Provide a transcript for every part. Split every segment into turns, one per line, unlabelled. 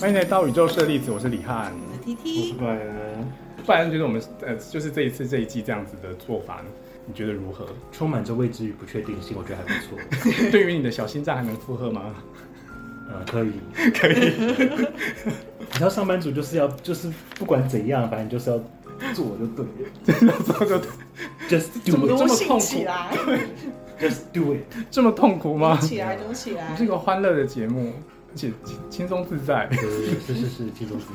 欢迎来到宇宙射粒子，我是李翰。
T
我是
T，
白人，
不然觉得我们呃，就是这一次这一季这样子的做法，你觉得如何？
充满着未知与不确定性，我觉得还不错。
对于你的小心脏还能负荷吗？
呃，可以，可以。你知道上班族就是要，就是不管怎样，反正就是要做就对了，just
这么
do
多么痛苦
it，just
性起来，
do it。
这么痛苦吗
撸？起来，撸起 来
是一。个欢乐的节目，而且轻轻松自在。
对对对，是是是，轻松自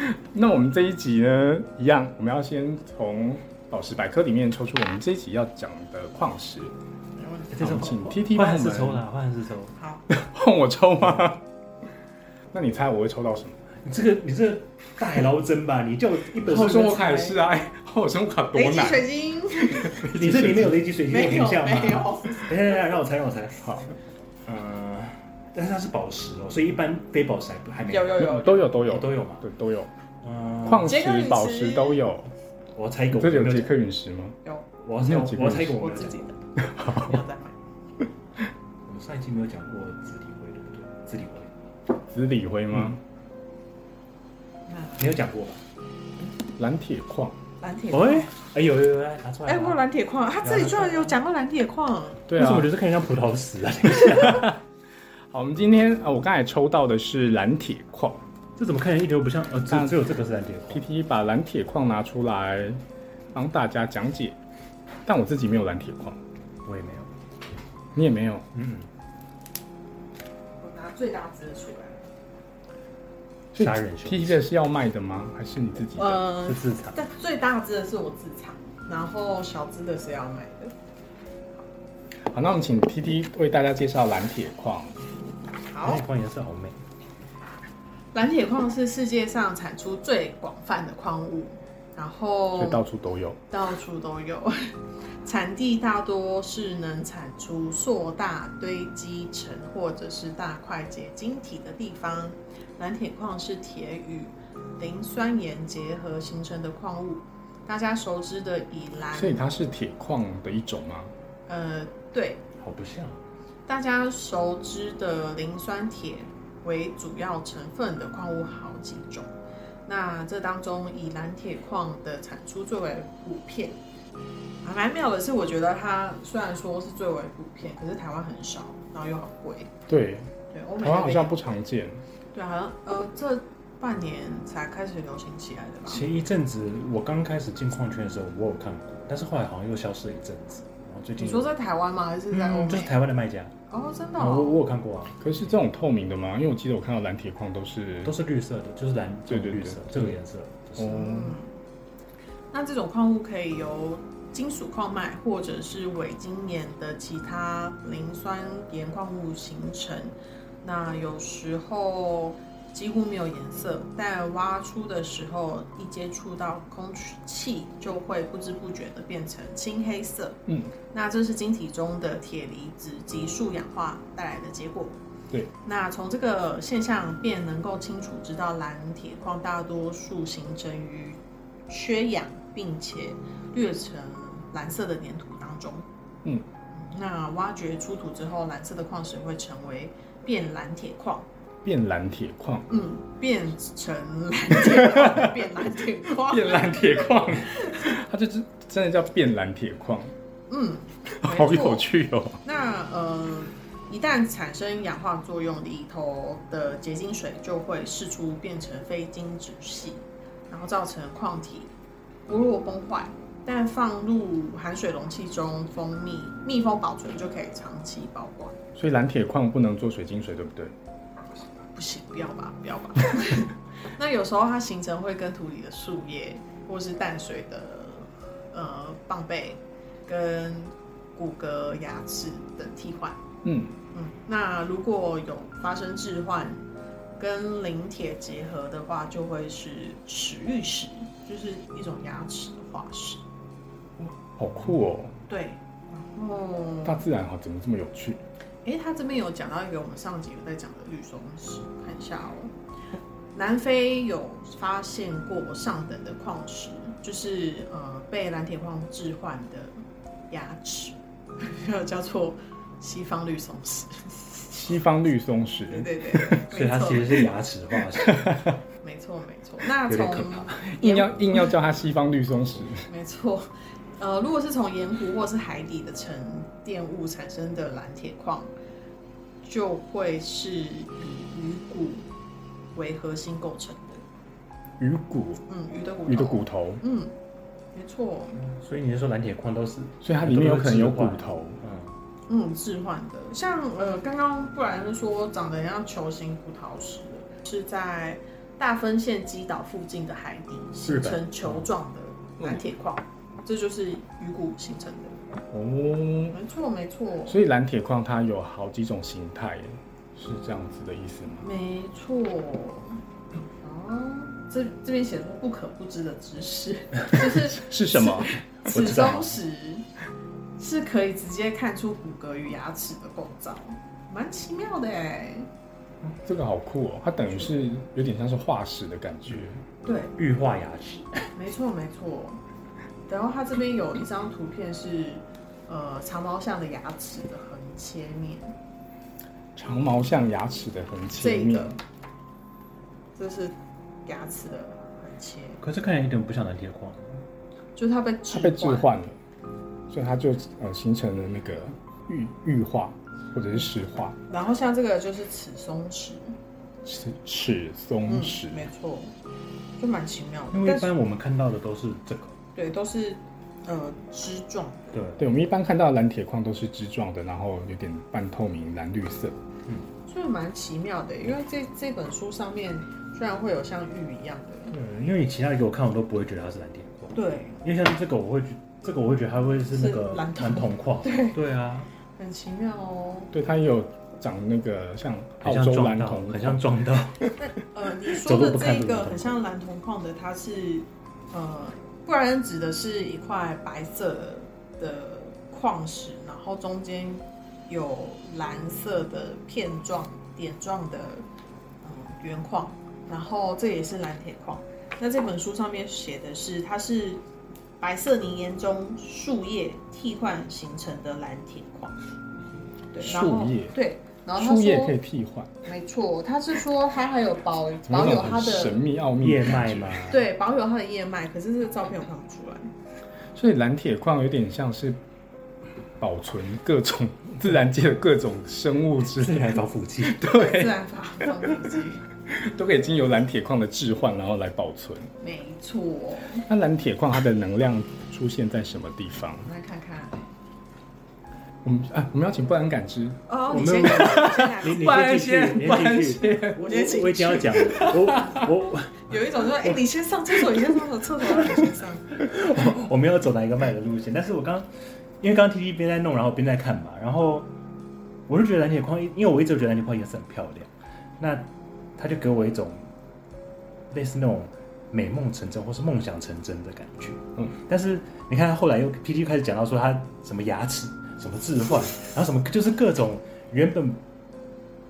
在。
那我们这一集呢，一样，我们要先从宝石百科里面抽出我们这一集要讲的矿石。
这是
请 TT
换
帮
汉
我
斯
们
抽啦，换汉斯抽。
好，
换我抽吗？ 那你猜我会抽到什么？
你这个你这个大海捞针吧，你叫我一本
后
书
生，活卡也是啊，哎，后生活卡多
雷击
难。
水晶
你这里面有雷击水晶
没
形
有
象
没
吗？
有，
等一下等一下，让我猜让我猜。
好，呃，
但是它是宝石哦，所以一般非宝石还不还没
有有有
都有都有
哦都有嘛。
对都有，
嗯，
矿
杰克陨
石、
石
宝石都有。
我要猜一个，
这里
我
有
没有
杰
讲
克陨石吗？
有
我要猜
你有几个
我要猜一个，
我
我没有
自
讲
己的，不要再买。
我们上一期没有讲过紫锂灰，对不对？紫锂灰
紫锂辉吗？
嗯
那
没有讲过吧？
蓝铁矿。
蓝铁矿，
哎，哎有有有，来拿出来。
哎，我有蓝铁矿，他这里居然有讲到蓝铁矿，
对
为什
啊
么我，觉得看起来像葡萄 石啊？
好，我们今天啊，我刚才抽到的是蓝铁矿。
这怎么看起来一点都不像？呃，
这样
只只有这个是蓝铁矿。
PT 把蓝铁矿拿出来帮大家讲解，但我自己没有蓝铁矿，
我也没有。
你也没有。
哦嗯，
我拿最大只的出来。
所以
杀人凶
PT 的是要卖的吗？还是你自己的？
是
嗯，
自产。
但最大只的是我自产，然后小只的是要买的。
好，那我们请 PT 为大家介绍蓝铁矿。
好
蓝铁，矿颜色好美。
蓝铁矿是世界上产出最广泛的矿物，然
所
后
以到处都有。
到处都有， 产地大多是能产出硕大堆积层或者是大块结晶体的地方。蓝铁矿是铁与磷酸盐结合形成的矿物，大家熟知的以蓝，
所以它是铁矿的一种吗？
呃，对，
好不像，啊
大家熟知的磷酸铁为主要成分的矿物好几种，那这当中以蓝铁矿的产出最为普遍。还蛮妙的是，我觉得它虽然说是最为普遍，可是台湾很少，然后又很贵。
对，
对，欧美
台
那
湾好
边
像不常见。
对，好像呃这半年才开始流行起来的吧？
前一阵子我刚开始进矿圈的时候，我有看过，但是后来好像又消失了一阵子。然后最近
你说在台湾吗？还是在欧
嗯，就是
美？
台湾的卖家，
哦，真的
我
哦。
我有看过啊，
可是这种透明的吗？因为我记得我看到蓝铁矿都是
都是绿色的，就是蓝这
对对
种
对
绿色这个颜色，就是
哦，
嗯，那这种矿物可以由金属矿脉或者是伪晶盐的其他磷酸盐矿物形成。那有时候几乎没有颜色，但挖出的时候一接触到空气，就会不知不觉的变成青黑色。
嗯，
那这是晶体中的铁离子及数氧化带来的结果。
对，
那从这个现象便能够清楚知道蓝铁矿大多数形成于缺氧，并且略呈蓝色的粘土当中。
嗯，
那挖掘出土之后，蓝色的矿石会成为变蓝铁矿。
变蓝铁矿，
嗯，变成蓝铁矿，变蓝铁矿，
变蓝铁矿，它就是真的叫变蓝铁矿，
嗯，没
好有
错
趣哦。
那呃，一旦产生氧化作用，里头的结晶水就会释出，变成非晶质系，然后造成矿体剥落崩坏。但放入含水容器中封密密封保存，就可以长期保管。
所以蓝铁矿不能做水晶水，对不对？
不行，不要吧，不要吧。那有时候它形成会跟土里的树叶或是淡水的呃蚌贝跟骨骼、牙齿等替换。
嗯，
嗯，那如果有发生置换跟磷铁结合的话，就会是齿玉石，就是一种牙齿的化石。
好酷哦，
对，然后
大自然哈怎么这么有趣？
诶，他这边有讲到一个我们上集有在讲的绿松石，看一下哦。南非有发现过上等的矿石，就是呃被蓝铁矿置换 的牙齿，叫做西方绿松石。
西方绿松石，
对对对，
所以它
没错
其实是牙齿化石，
没错没 错。那
有点可
从
怕
盐
硬要硬要叫它西方绿松石，
没错， 呃，如果是从盐湖或是海底的沉淀物产生的蓝铁矿，就会是以鱼骨为核心构成的。
鱼骨
嗯，鱼的骨头。
鱼的。骨头，
嗯，没错。
所以你是说蓝铁矿都是，
所以它里面有可能有骨头。
嗯，
嗯，置换的，像呃，刚刚不然是说长得很像球形葡萄石的，是在大分县基岛附近的海底
日
形
本
成球状的蓝铁矿，这就是鱼骨形成的。
哦，
没错，没错，
所以蓝铁矿它有好几种形态，是这样子的意思吗？
没错。哦，这这边写出不可不知的知 识，就是
是什么？
齿
知道
松石是可以直接看出骨骼与牙齿的构造，蛮奇妙的哎。
这个好酷哦，它等于是有点像是化石的感觉。
嗯
对，
玉化牙齿，
没错没错。然后它这边有一张图片是，呃，长毛象的牙齿的横切面，
长毛象牙齿的横切
这
面
个，这是牙齿的横切，
可是看起来一点不像蓝铁矿，
就是它被
它
置
被置换了，所以它就呃形成了那个玉玉化或者是石化，
然后像这个就是齿松石，嗯
齿齿
嗯
松石。
没错，就蛮奇妙的。
因为
但
一
是
般我们看到的都是这个，
对都是呃枝状的，
对，
对，我们一般看到的蓝铁矿都是枝状的，然后有点半透明蓝绿色。
所以蛮奇妙的。因为这这本书上面居然会有像玉一样的，
对，因为你其他给我看我都不会觉得它是蓝铁矿，
对，
因为像是这个我会觉，这个我会觉得它会是那个
是蓝铜
铜矿，对啊，
很奇妙哦。
对，它也有长那个像澳
很像
洲
撞
蓝
到，
铜，
很像撞 到，
呃，你说
走路
的
不
这
看
一
路
个很像蓝铜矿的，它是呃，不然指的是一块白色的矿石，然后中间有蓝色的片状、点状的呃原矿，然后这也是蓝铁矿。那这本书上面写的是，它是白色泥岩中树叶替换形成的蓝铁矿。对，然后
树叶
对，然后他
树叶
说
可以替换，
没错，他是说他还有保
怎么
保
有
有
种
他
很神
的
秘奥秘
叶
的感
脉
觉
嘛？，
对保有他的叶脉，可是这个照片我看不出来。
所以蓝铁矿有点像是保存各种自然界的各种生物之
自
类，
然找福气，
自然发放的机，
都可以经由蓝铁矿的置换，然后来保存。
没错。
那蓝铁矿它的能量出现在什么地方？
我们来看看。
我们啊，我们要请不安感知，
哦，
我
你
没
先
有
看，
你
你先
你
看。
先进去，你先进去。
先，
我先进
我已经要讲了，我我
有一种说，哎、你先上厕所，你先上厕所，厕所你先上。
我没有走哪一个卖的路线，但是我刚因为刚刚 T T 边在弄，然后边在看嘛，然后我就觉得蓝铁矿，因为我一直觉得蓝铁矿颜色很漂亮，那它就给我一种类似那种美梦成真或是梦想成真的感觉。
嗯
嗯，但是你看他后来又 P T 开始讲到说他什么牙齿、什么置换，然后什么就是各种原本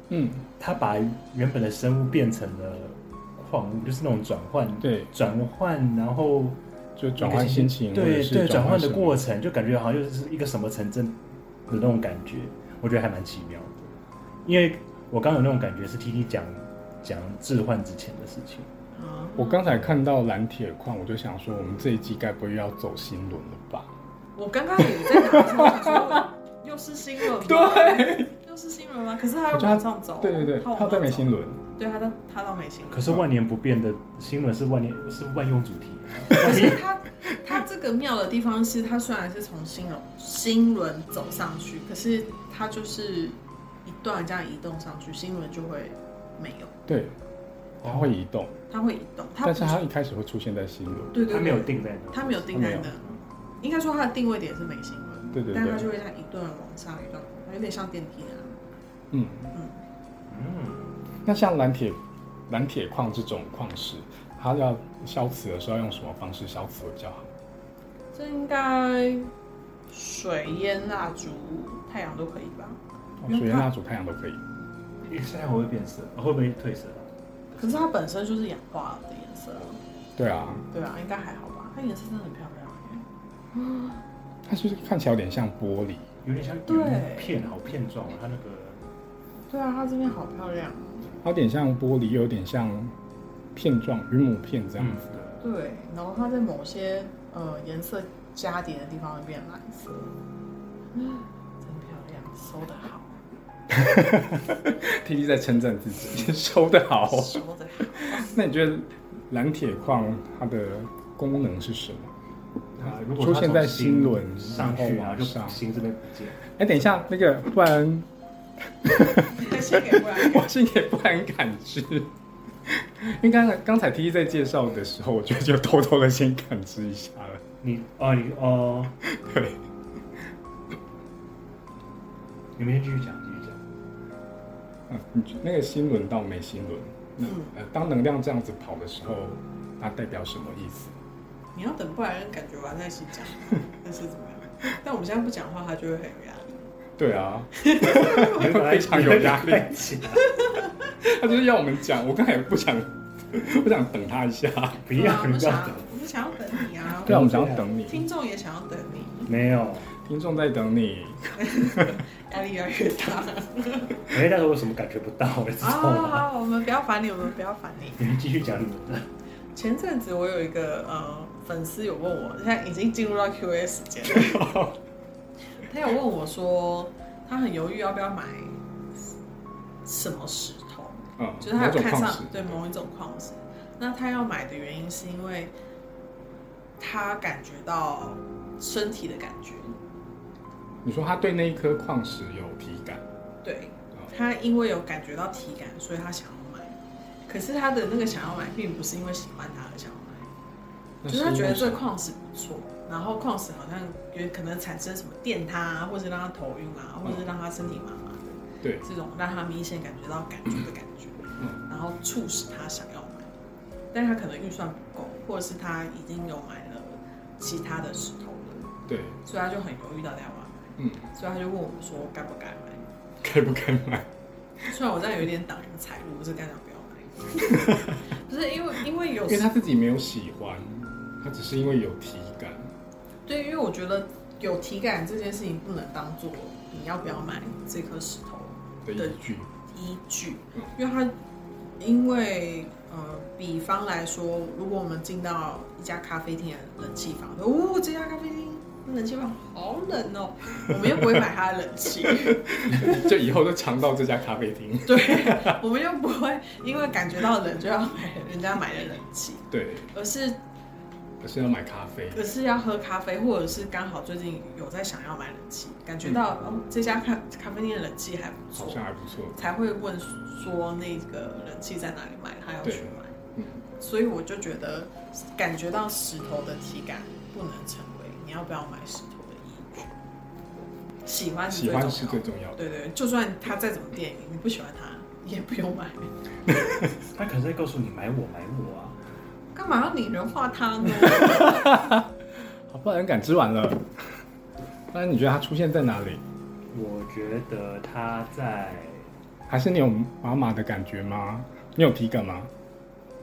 嗯，
他把原本的生物变成了矿物，就是那种转换。
对，
转换，然后
就转换心情，嗯或者
对
是
对，转换的
什么
过程就感觉好像就是一个什么城镇的那种感觉，我觉得还蛮奇妙的。因为我刚有那种感觉是 T T 讲讲置换之前的事情，
啊
我刚才看到蓝铁矿，我就想说，我们这一季该不会又要走新轮了吧？
我刚刚也在打算说，又是新闻吗？对，又是新闻吗？可是他要往上
哦
走，
对对对，
他往
他
上
在美
走
新，轮，
对，他到他到美新
可是万年不变的新闻是万年是万用主题，
可是它它这个妙的地方是，它虽然是从新轮新轮走上去，可是它就是一段这样移动上去，新轮就会没有，
对，
哦
它会移动，
它会移动，它
但是
不
它一开始会出现在新轮，
对对
它
对，
没有定在那，
它没有定在那，应该说它的定位点是美新轮，
对对
但它就
对，
会这样一段往上一段，有点像电梯啊，
嗯，
嗯，
那像蓝铁蓝铁矿这种矿石，它要消磁的时候用什么方式消磁会比较好？
这应该水烟蜡烛太阳都可以吧？
哦
用
水烟
它
蜡烛、太阳都可以。
现在我会变色，会不会褪色啊？
可是它本身就是氧化的颜色啊，
对啊，
对啊，应该还好吧？它颜色真的很漂亮耶。
它就是看起来有点像玻璃，
有点像
对
有点片，好片状啊，它那个
对啊，它这边好漂亮。
它有点像玻璃，有点像片状云母片这样
嗯
嗯 子的。
对，然后它在某些呃颜色加叠的地方会变蓝色，嗯，真漂亮，收的 好，
T T 在称赞自己 收的好。
收的好。
那你觉得蓝铁矿它的功能是什么？
啊
它
如果
出
它
现
从
在
心
新轮
上去，然
然
后
后往
就
上。
心这边不见。
哎，等一下，那个不然
先给过来
我心里不然感知， 因为刚才刚才 T T 在介绍的时候，我就就偷偷的先感知一下了。
你哦，你哦，
对，
你们先继续讲，继续讲。
嗯，你觉 那个新轮到没新轮，那
嗯
呃，当能量这样子跑的时候，它代表什么意思？
你要等，不然感觉玩在一起 讲，但是怎么样？但我们现在不讲话，他就会很有压力。
对啊，
你会把 它
非常有压力
你会把它带起来
他就是要我们讲，我刚才也不想， 我想等他一下。
不
对啊
要，
我
你
们
不
想
要
要，我们想要等你啊，
对啊，我们想要等你，
听众也想要等你，
没有，
听众在等你。
压力越来越 大。
我会带着我什么感觉不到，我知
啊，
道
好
吗？
好，我们不要烦你，我们不要烦你。
你们继续讲你们的。
前阵子我有一个呃粉丝有问我，现在已经进入到 Q&A 时间了，他有问我说，他很犹豫要不要买什么石头，
嗯，
就是他有
某种
看
矿
上
石，
对某一种矿石。那他要买的原因是因为他感觉到身体的感觉，
你说他对那一颗矿石有体感，
对
哦
他因为有感觉到体感，所以他想要买。可是他的那个想要买，并不是因为喜欢它而想要买。
那
就是他
因
觉得
为
这
什
个
么
矿石不错，然后矿石好像有可能产生什么电他、啊，或是让他头晕啊，或是让他身体麻麻的
嗯对，
这种让他明显感觉到感觉的感觉，
嗯
然后促使他想要买，但他可能预算不够，或者是他已经有买了其他的石头了，
对，
所以他就很犹豫到底要不要买，
嗯，
所以他就问我们说该不该买。
该不该 买？
虽然我这样有点挡人财路，我是跟他讲不要买， 不是因为因为有
因
时
为他自己没有喜欢，他只是因为有体感。
对，因为我觉得有体感这件事情不能当做你要不要买这颗石头
的依据，
依据
嗯，
因为它，因为呃，比方来说，如果我们进到一家咖啡厅的冷气房，哦，这家咖啡厅冷气房好冷哦，我们又不会买它的冷气，
就以后就常到这家咖啡厅。
对，我们又不会因为感觉到冷就要买人家买的冷气，
对，
而是
可是要买咖啡。
可是要喝咖啡，或者是刚好最近有在想要买冷气，感觉到、哦这家咖咖啡店的冷气还不
嗯好
错，
像还不错，
才会问说那个冷气在哪里买，他要去买。
嗯，
所以我就觉得感觉到石头的体感不能成为你要不要买石头的依据，喜欢是
喜
最重
欢是最
要。
重要的。
对对，就算它再怎么电影，你不喜欢它，你也不用买。
他可能在告诉你买我买我啊，
干嘛要拟人化 它呢？
好，不然感知完了，不然你觉得它出现在哪里？
我觉得他在，
还是你有麻麻的感觉吗？你有体感吗？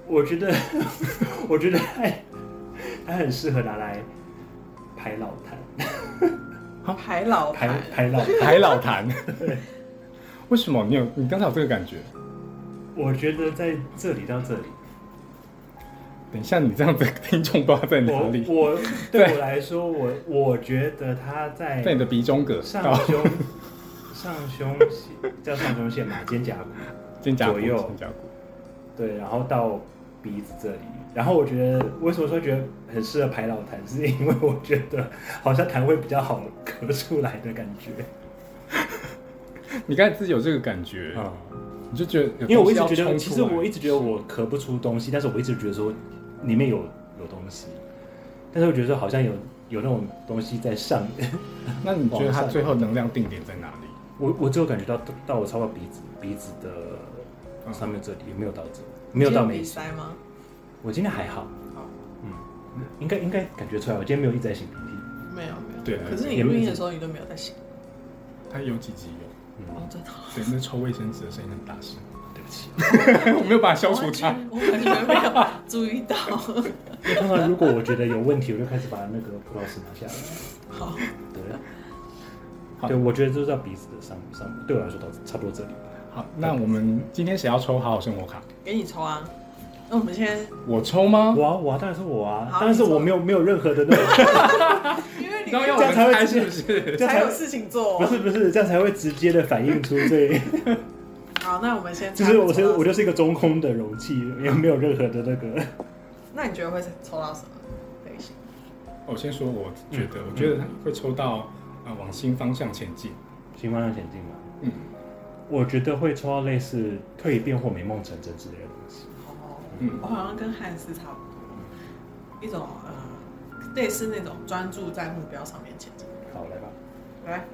我觉得， 我觉得 他他很适合拿来排老坛，
排老
排
盘，
排老坛。
海老坛。 为什么你有？你刚才有这个感觉？
我觉得在这里到这里，
等一下，你这样子听众不知道在哪
我
里，
我对我来说，我我觉得他在
在你的鼻中隔
上
到
胸上胸线叫上胸线嘛，肩胛骨。
肩胛骨，
左右
肩胛骨，
对，然后到鼻子这里。然后我觉得，为什么说觉得很适合排老痰，是因为我觉得好像痰会比较好咳出来的感觉。
你刚才自己有这个感觉，
啊、
你就觉得有
因为我一
东西
直觉
要冲
得，其
出
实
来
我一直觉得我咳不出东西，但是我一直觉得说里面有有东西，但是我觉得说好像有有那种东西在上面。
那你觉得它最后能量定点在哪里？
我我只有感觉到到我超过鼻子鼻子
嗯
的上面这里，没有到这，没有到
你
眉
有鼻
心。
塞吗？
我今天还好，
好，
嗯，应该应该感觉出来，我今天没有一直在擤鼻涕。
没有没有。
对
可是你录音的时候你都没有在醒。
它有几集有？
哦
嗯，，
真的。
对，那抽卫生纸的声音很大声，
对不起。
我没有把它消除它。
我完全没有注意到。
因为通常如果我觉得有问题，我就开始把那个葡萄籽拿下来。
好，
对，
好
对，我觉得就是到鼻子的上上，对我来说到差不多这里吧。
好，那我们今天谁要抽好好生活卡？
给你抽啊。那我们先，
我抽吗？
我啊我啊，当然是我啊，
好
当然是
你说
我没有没有任何的那种，
因为
你
你
要要我
这
们
样才会
猜是不是？
这
才
样才
有事情做
不。是不是，这样才会直接的反映出 最，
好，那我们先
就
猜
是
你抽到什么。
我是我就是一个中空的容器，也没有任何的那
嗯
个。
那你觉得会抽到什么类型？
哦我先说，我觉得，
嗯
我觉得会抽到呃往新方向前进。
新方向前进嘛，
嗯，
我觉得会抽到类似蜕变或美梦成真之类的东西。
哦，
嗯
我好像跟汉斯差不多，一种呃类似那种专注在目标上面前进。
好，来吧，
来，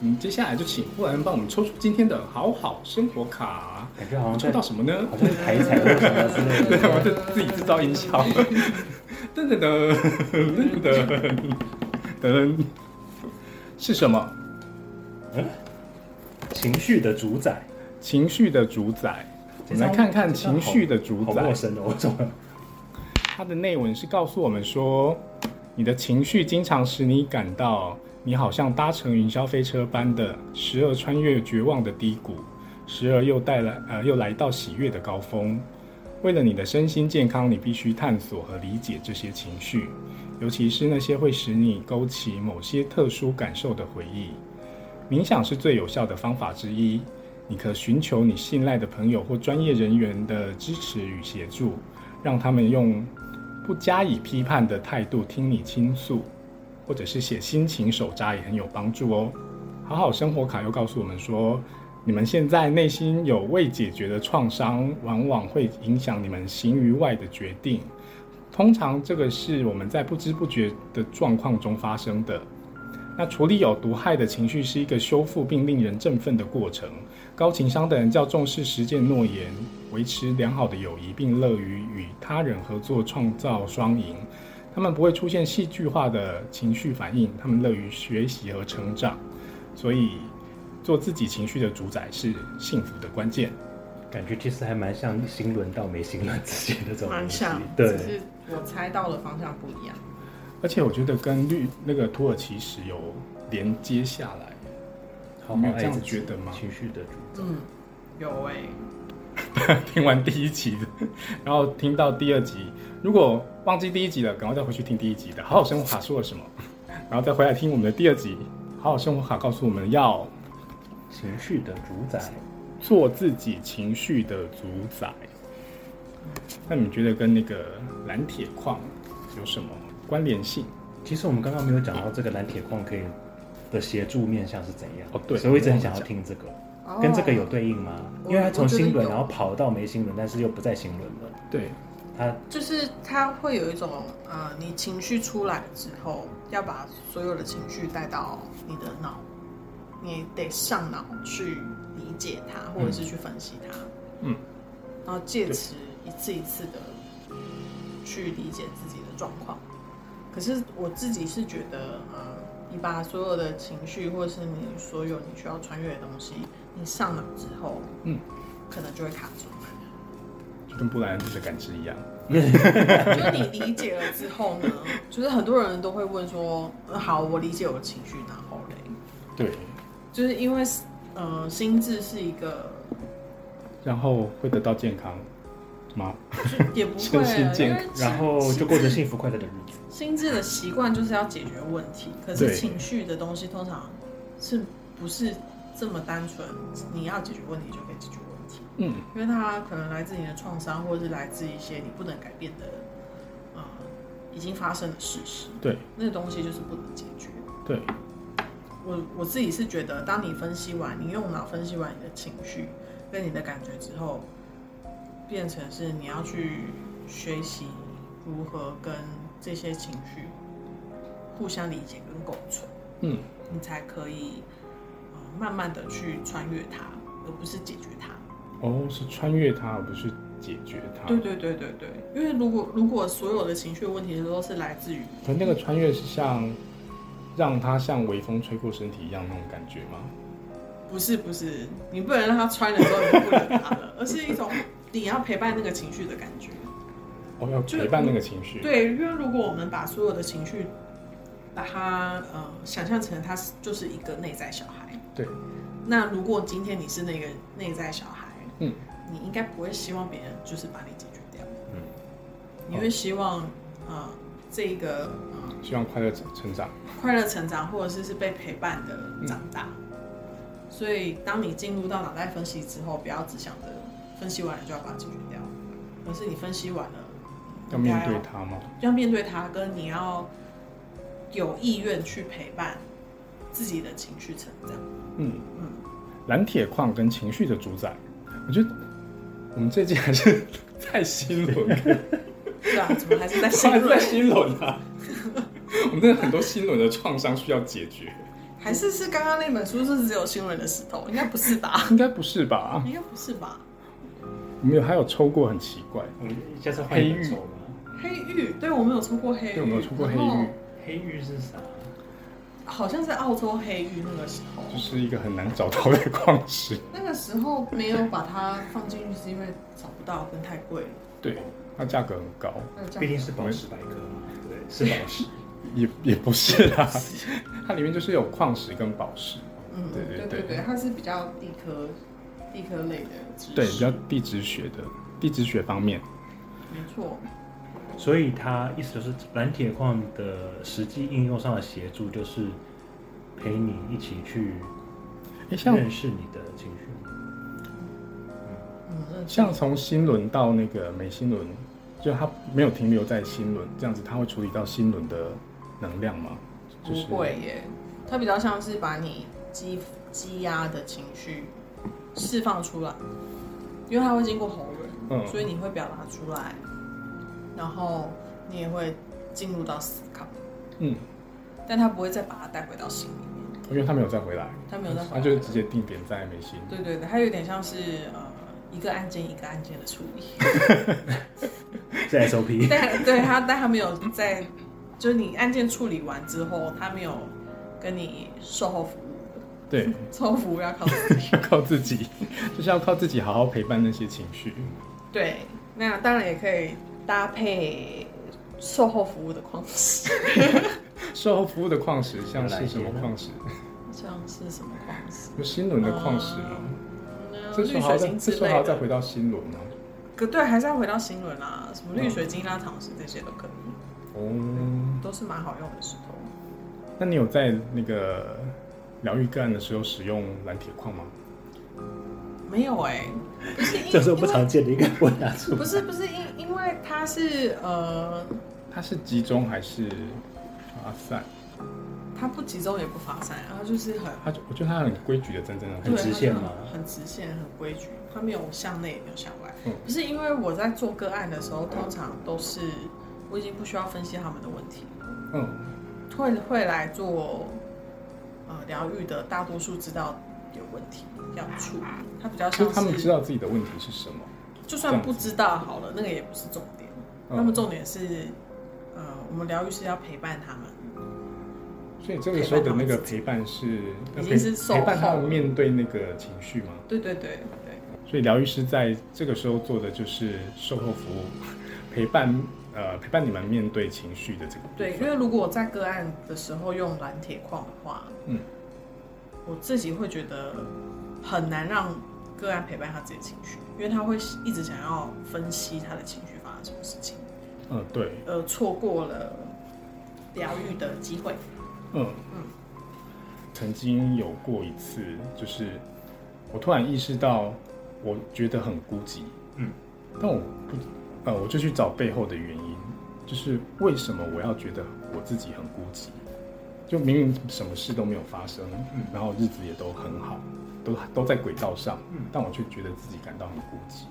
嗯，接下来就请布莱恩帮我们抽出今天的好好生活卡。
感觉好像
抽
在
到什么呢？
好像是台彩或者什么之 类
对，
的。
我就自己制造音效。 噔噔噔噔噔噔，是什么？
嗯，情绪的主宰。
情绪的主宰。我们来看看情绪的主
好
宰
陌。生的，我怎么？
它的内文是告诉我们说，你的情绪经常使你感到你好像搭乘云霄飞车般的，时而穿越绝望的低谷，时而又带来呃又来到喜悦的高峰。为了你的身心健康，你必须探索和理解这些情绪，尤其是那些会使你勾起某些特殊感受的回忆。冥想是最有效的方法之一，你可寻求你信赖的朋友或专业人员的支持与协助，让他们用不加以批判的态度听你倾诉，或者是写心情手札也很有帮助哦。好好生活卡又告诉我们说，你们现在内心有未解决的创伤，往往会影响你们行于外的决定。通常这个是我们在不知不觉的状况中发生的。那处理有毒害的情绪是一个修复并令人振奋的过程。高情商的人较重视实践诺言，维持良好的友谊，并乐于与他人合作，创造双赢。他们不会出现戏剧化的情绪反应，他们乐于学习和成长。所以，做自己情绪的主宰是幸福的关键。
感觉其实还蛮像新轮到没新轮之间的这种
蛮
东西
像，只
对，
是我猜到的方向不一样。
而且，我觉得跟绿那个土耳其石有连接下来。
好
你没
好
有
爱
哎这样
自己
觉得吗
情绪的主宰。
嗯，有哎、
听完第一集的，然后听到第二集，如果忘记第一集了，赶快再回去听第一集的《好好生活卡》说了什么，然后再回来听我们的第二集《好好生活卡》，告诉我们要
情绪的主宰，
做自己情绪的主宰。那你们觉得跟那个蓝铁矿有什么关联性？
其实我们刚刚没有讲到这个蓝铁矿可以的协助面向是怎样。
哦对
所以我一直很想要听这个，
哦
跟这个有对应吗？
我
因为他从
我
新
觉得
轮，
有
然后跑到没新轮，但是又不在新轮了。
对，
他
就是它会有一种呃，你情绪出来之后，要把所有的情绪带到你的脑，你得上脑去理解它，或者是去分析它，
嗯，
然后借此一次一次的去理解自己的状况。可是我自己是觉得，呃，你把所有的情绪，或者是你所有你需要穿越的东西，你上脑之后，
嗯，
可能就会卡住。
就跟布莱恩的感知一样，
就是你理解了之后呢，就是很多人都会问说，呃好，我理解我的情绪，然后嘞，
对，
就是因为呃，心智是一个，
然后会得到健康吗？
就也不会
身心
啊，
健
因
康
为其
然后就过着幸福快乐的日子。
心智的习惯就是要解决问题，可
对
是情绪的东西通常是不是这么单纯，你要解决问题就可以解决问题，
嗯，
因为它可能来自你的创伤，或者是来自一些你不能改变的，呃，已经发生的事实，
对
那个东西就是不能解决。
对，
我我自己是觉得，当你分析完，你用脑分析完你的情绪跟你的感觉之后，变成是你要去学习如何跟这些情绪互相理解跟共存，
嗯，
你才可以、呃、慢慢的去穿越它，而不是解决它。
哦，是穿越它，而不是解决它。
对对对对对，因为如果如果所有的情绪问题都是来自于
可那个穿越是像让它像微风吹过身体一样那种感觉吗？
不是不是，你不能让它穿了之后你就不理它了，而是一种你要陪伴那个情绪的感觉。
哦我要陪伴那个情绪。
对，因为如果我们把所有的情绪把它呃想象成他是就是一个内在小孩。
对。
那如果今天你是那个内在小孩，
嗯，
你应该不会希望别人就是把你解决掉，
嗯，
你会希望呃这个呃
希望快乐成成长。
快乐成长，或者是是被陪伴的
嗯
长大。所以，当你进入到脑袋分析之后，不要只想着分析完了就要把它解决掉，而是你分析完了，
要面对它吗？
要面对它，跟你要有意愿去陪伴自己的情绪成长。
嗯
嗯，
蓝铁矿跟情绪的主宰，我觉得我们最近还是太心轮 了，
对啊，怎么还是在心
还是在
软？
心轮啊。我们真的很多心轮的创伤需要解决，
还是是刚刚那本书是只有心软的石头？应该不是吧？
应该不是吧？
应该不是吧？
我们有还有抽过很奇怪，
我们下次换一本抽吧。
黑玉，对我们有出过黑玉，
对，我们有抽过黑
然后
玉，
黑玉是啥？
好像是澳洲黑玉那个时候。
就是一个很难找到的矿石，
那个时候没有把它放进去，是因为找不到跟太贵了。
对，它价格很高，
那个叫
毕竟是宝石百科嘛，对，是 宝石。
也也不是啦， 它里面就是有矿石跟宝石，
嗯，
对对
对
对
对对，它是比较地科地科类的知识，
对，比较地质学的地质学方面，
没错，
所以它意思就是蓝铁矿的实际应用上的协助，就是陪你一起去
哎，像
认识你的情绪。
嗯，认
像从心轮到那个眉心轮，就它没有停留在心轮，这样子它会处理到心轮的能量吗？就
不
是
会耶，它比较像是把你积积压的情绪释放出来，因为它会经过喉咙，
嗯
所以你会表达出来，然后你也会进入到思考，
嗯，
但它不会再把它带回到心里面，
因为它没有再回来，
它没有再回来
它就是直接定点在眉心。
对对对，它有点像是呃一个案件一个案件的处 理。
这 SOP
但对他，但他没有在，就是你案件处理完之后，他没有跟你售后服务，
对，
售后服务要靠自己。
要靠自己，就是要靠自己好好陪伴那些情绪。
对，那当然也可以搭配售后服务的框式，
售后服务的矿石像是什么矿石？
像是什么框式？
有心轮的矿石吗？
嗯
这时
绿
候还要
水
再
晶
这
之
时候还
类
要再
的。
回到心轮吗？
可对，还是要回到新闻啦，什么绿水晶啦、糖石这些都可以，
哦，
都是蛮好用的石头。
那你有在那个疗愈个案的时候使用蓝铁矿吗？
没有哎、不是因
这是我
因
不
为
常见的一个问答出
不是不是因因为它是呃，
它是集中还是发散？
它不集中也不发散，然后就是很
它就我觉得它很规矩的站在那
很
里
对，。
直线
它
吗
就很直线，很规矩，它没有向内，也没有向外。
嗯
不是因为我在做个案的时候，通常都是我已经不需要分析他们的问题，
嗯，
会会来做呃疗愈的，大多数知道有问题要处理，他比较
就是
像
他们知
是
道自己的问题是什么。
就算不知道好了，那个也不是重点，
嗯
他们重点是呃我们疗愈师要陪伴他们，
所以这个时候的那个陪伴是呃
已经是售后
陪伴他们面对那个情绪吗？
对对对对。
所以疗愈师在这个时候做的就是售后服务，陪伴呃陪伴你们面对情绪的这个部分
对，因为如果我在个案的时候用蓝铁矿的话，
嗯，
我自己会觉得很难让个案陪伴他自己的情绪，因为他会一直想要分析他的情绪发生什么事情，
嗯对
而错过了疗愈的机会。
嗯
嗯
曾经有过一次，就是我突然意识到，我觉得很孤寂，
嗯，
但我不呃我就去找背后的原因，就是为什么我要觉得我自己很孤寂？就明明什么事都没有发生，
嗯
然后日子也都很好，都都在轨道上，
嗯哦
但我却觉得自己感到很孤寂。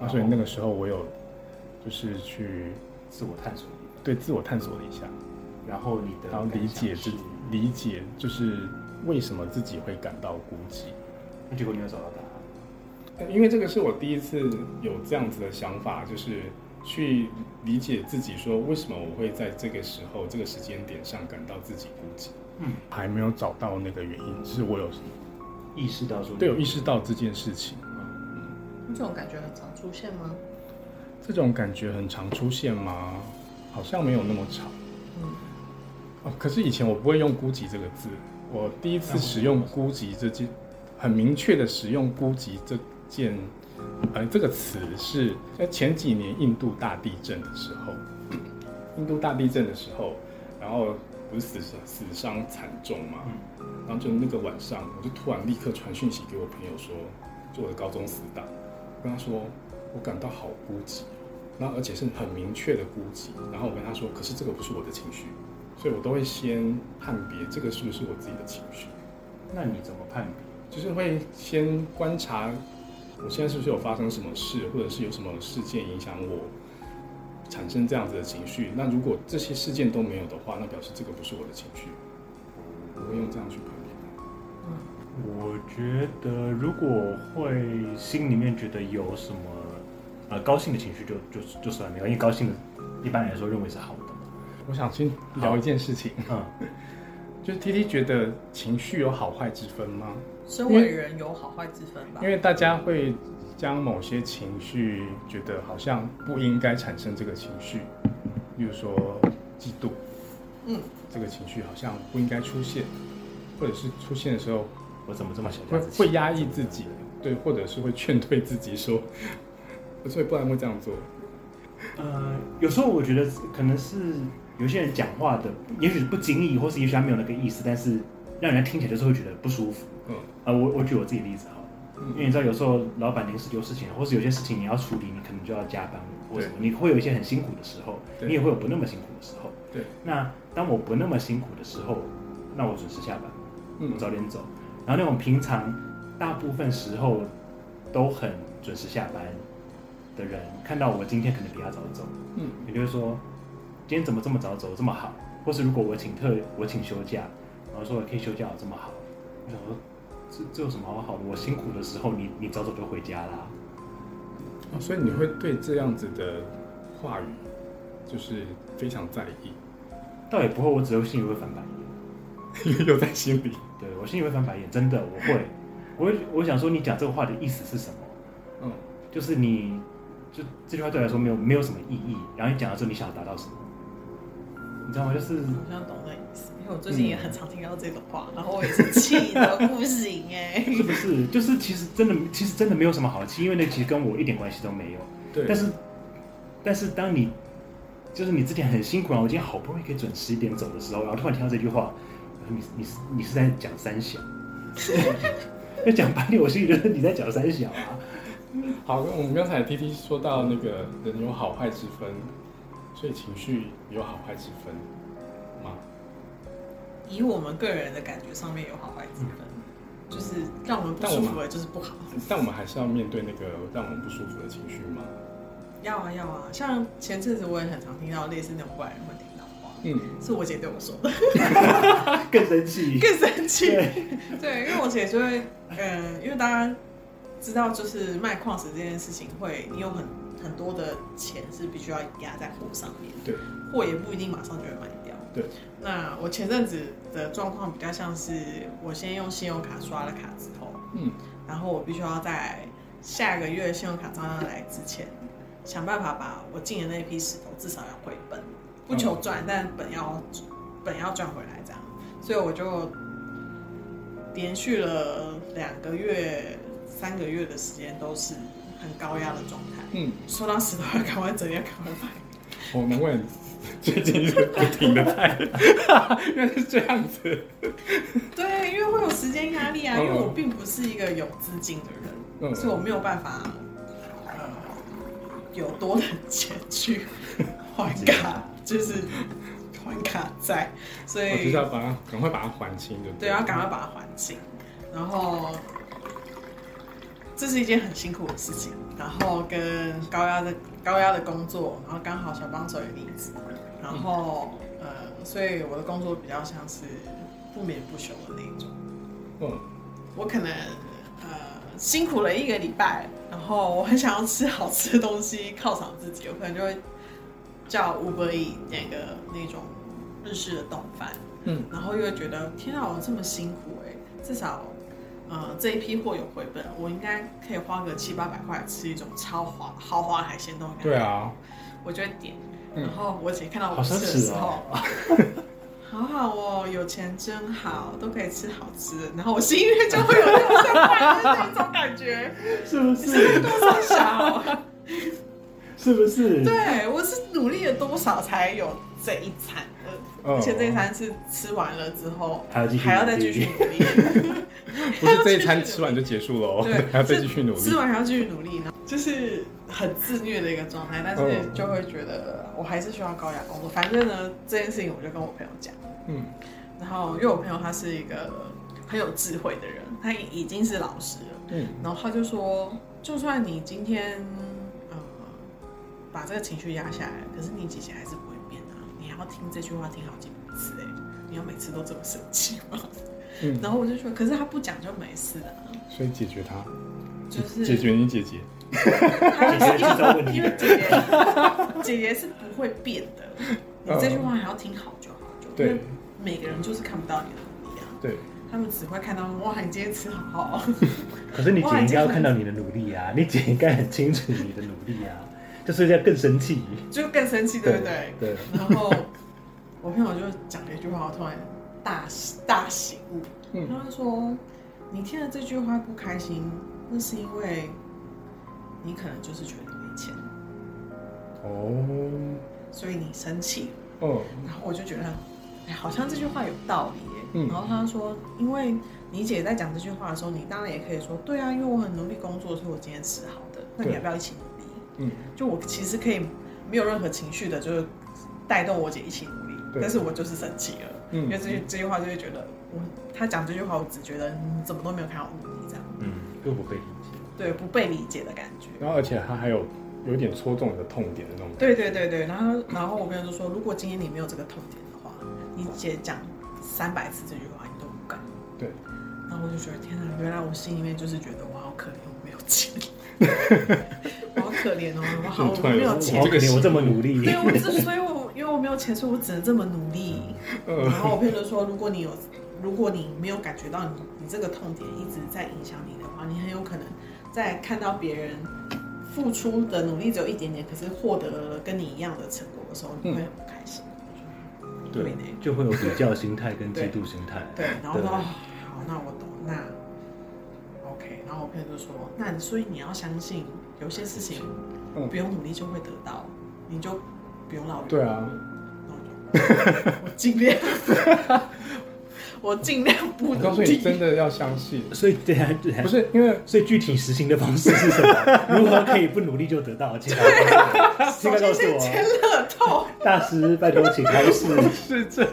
那
然后
所以那个时候我有就是去
自我探索，
对自我探索了一下，
然后你 的
然后理解自
感想
己
是，
理解就是为什么自己会感到孤寂。
那结果你有找到答案，
因为这个是我第一次有这样子的想法，就是去理解自己，说为什么我会在这个时候、这个时间点上感到自己孤寂。
嗯，
还没有找到那个原因，只是我有
意识到说
对有意识到这件事情。嗯
这种感觉很常出现吗？
这种感觉很常出现吗？好像没有那么长。
嗯，
哦，可是以前我不会用估级这个字，我第一次使用估级这件，很明确的使用估级这件，呃，这个词是在前几年印度大地震的时候， 印度大地震的时候，然后不是死伤死伤惨重嘛，然后就那个晚上，我就突然立刻传讯息给我朋友说，就我的高中死党，跟他说我感到好孤寂，哦然后而且是很明确的孤寂，然后我跟他说，可是这个不是我的情绪。所以我都会先判别这个是不是我自己的情绪，
那你怎么判别？
就是会先观察我现在是不是有发生什么事，或者是有什么事件影响我产生这样子的情绪。那如果这些事件都没有的话，那表示这个不是我的情绪，我会用这样去判别。
嗯
我觉得如果会心里面觉得有什么呃高兴的情绪就，就就算了，因为高兴的一般来说认为是好的嘛。
我想先聊一件事情，
嗯，
就是 T T 觉得情绪有好坏之分吗？
身为人有好坏之分吧
因。为大家会将某些情绪觉得好像不应该产生这个情绪，例如说嫉妒，
嗯，
这个情绪好像不应该出现，或者是出现的时候
我怎么这么小
会
家子气？
会压抑自己，对，或者是会劝退自己说， 所以不然会这样做。
呃，有时候我觉得可能是有些人讲话的，也许不经意，或是也许他没有那个意思，但是让人家听起来就是会觉得不舒服。
嗯
啊，我我举我自己例子好了，因为你知道有时候老板临时有事情，或是有些事情你要处理，你可能就要加班，或者
对
你会有一些很辛苦的时候，
对
你也会有不那么辛苦的时候。
对，
那当我不那么辛苦的时候，那我准时下班，
嗯
我，早点走。然后那种平常大部分时候都很准时下班的人，看到我今天可能比他早走，
嗯，
也就是说，今天怎么这么早走这么好？或是如果我请特我请休假，然后说我可以休假我这么好，我想说这这有什么好好的？我辛苦的时候你你早早就回家啦。
哦所以你会对这样子的话语就是非常在意，
倒也不会，我只有心里会翻白眼。
因为有在心里。
对我心里会翻白眼，真的我会，我会我想说你讲这个话的意思是什么？
嗯，
就是你就这句话对我来说没有没有什么意义，然后你讲到之后你想要达到什么？你知道吗？就是
好像懂那意思，因为我
嗯
最近也很常听到这种话，然后我也是气的不行哎、
是不是？就是其实真的其实真的没有什么好气，因为那其实跟我一点关系都没有。
对。
但是，但是当你就是你之前很辛苦，然后我今天好不容易可以准时一点走的时候，然后突然听到这句话，我说你你是你是在讲三小，要讲半天，我心里觉得你在讲三小啊。
好，我们刚才 T T 说到那个人有好坏之分，所以情绪有好坏之分吗？
以我们个人的感觉上面有好坏之分，就是让我们不舒服的就是不好。
但我们还是要面对那个让我们不舒服的情绪吗？
要啊要啊，像前阵子我也很常听到类似那种外人会听到的话，
嗯，
是我姐对我说的，
更生气。
更生气。
对，
对，因为我姐就会，嗯，因为大家知道，就是卖矿石这件事情会，你有很很多的钱是必须要压在货上面，
对，
货也不一定马上就会卖掉。
对，
那我前阵子的状况比较像是，我先用信用卡刷了卡之后，
嗯，
然后我必须要在下个月信用卡账单来之前，想办法把我进的那批石头至少要回本，不求
嗯
赚，但本要本要赚回来这样，所以我就连续了两个月、三个月的时间都是很高压的状态。
嗯，
收到石头要赶快整要赶快买，
我难怪你 最近是不停的在， 原来是这样子。
对，因为会有时间压力啊，
嗯
因为我并不是一个有资金的人。
嗯，
所以我没有办法，呃，有多的钱去 还卡，就是还卡债，所
哦我就是
以
要把它赶快把它还清，对不
对，要赶快把它还清。然后，这是一件很辛苦的事情，然后跟高压的高压的工作，然后刚好小帮手也离职，然后呃，所以我的工作比较像是不眠不休的那一种。
嗯，
我可能呃辛苦了一个礼拜，然后我很想要吃好吃的东西犒赏自己，我可能就会叫 Uber E 点个那种日式的冻饭，
嗯，
然后又会觉得天啊，我这么辛苦哎、至少呃这一批货有回本，我应该可以花个七八百块吃一种超华豪华海鲜冻饭，
对，啊，
我就会点。
嗯
然后我姐看到
好
我
奢
吃的时
侈
候，
哦。
好好有钱真好，都可以吃好吃的，然后我心里面就会有那种上万的那种感觉，
是不
是
是？
多少小？
是不是？
对我是努力了多少才有这一餐的，
嗯
而且这一餐是吃完了之后
哦还要继续
还要再
努
继
力
续努力，
哦不是这一餐吃完就结束了哦，
对，
还要再继续努
是
力
吃。完还要继续努力，呢，就是很自虐的一个状态，但是
嗯
就会觉得我还是需要高压工作。反正呢，这件事情我就跟我朋友讲，
嗯
然后因为我朋友他是一个很有智慧的人，他已经是老师了，
嗯
然后他就说，就算你今天呃把这个情绪压下来，可是你姐姐还是不会变啊，你还要听这句话听好几百次哎、你要每次都这么生气吗？
嗯，
然后我就说，可是他不讲就没事啊，
所以解决它，
就是
解决你姐姐。
他就是
姐姐知道问题
因为 姐姐姐姐是不会变的，你这句话还要听好就好，就因
对
为每个人就是看不到你的努力啊，
对，
他们只会看到哇，你今天吃好 好哦，
可是你姐应该要看到你的努力啊，你姐应该很清楚你的努力啊，就是要更生气。
就更生气，对不对？
对，
然后我朋友就讲了一句话，我突然大喜大醒悟，
嗯
他就说：“你听了这句话不开心，那是因为你可能就是觉得你没钱，
嗯
哦，
所以你生气了
哦，
然后我就觉得，哎，好像这句话有道理耶。
嗯
然后他说，因为你姐在讲这句话的时候，你当然也可以说，对啊，因为我很努力工作，所以我今天吃好的。那你
对
要不要一起努力？
嗯，
就我其实可以没有任何情绪的，就是带动我姐一起努力。
对
但是我就是生气了，
嗯
因为这句这句话就会觉得，我他讲这句话，我只觉得你怎么都没有看到我努力这样，
嗯，
又不被理解。
对，不被理解的感觉。
然后而且它还有有点戳中你的痛点的那种感觉。
对对对对，然后然后我朋友就说，如果今天你没有这个痛点的话，你姐讲三百次这句话你都不敢。
对。
然后我就觉得天哪，原来我心里面就是觉得我好可怜，我没有钱，我好可怜哦，我好我没有钱
我。可怜我这么努力，
对，我之所以我因为我没有钱，所以我只能这么努力。
嗯
然后我朋友就说，如果你有，如果你没有感觉到你你这个痛点一直在影响你的话，你很有可能在看到别人付出的努力只有一点点，可是获得了跟你一样的成果的时候，你会很不开心。对
嗯对，就会有比较心态跟嫉妒心态。
对，然后
对
说哦好，那我懂，那 OK。然后我朋友就说，那所以你要相信，有些事情
嗯
不用努力就会得到，你就不用劳力。
对啊，
那我就我尽量，我尽量不
我
努
告诉你，
力。
真的要相信，
所以对啊，对啊
不是因为
所以具体实行的方式是什么？如何可以不努力就得到？请告诉
首
我，请快告
先
诉
是签
我，啊
乐透，
大师，拜托请开始。
是这样，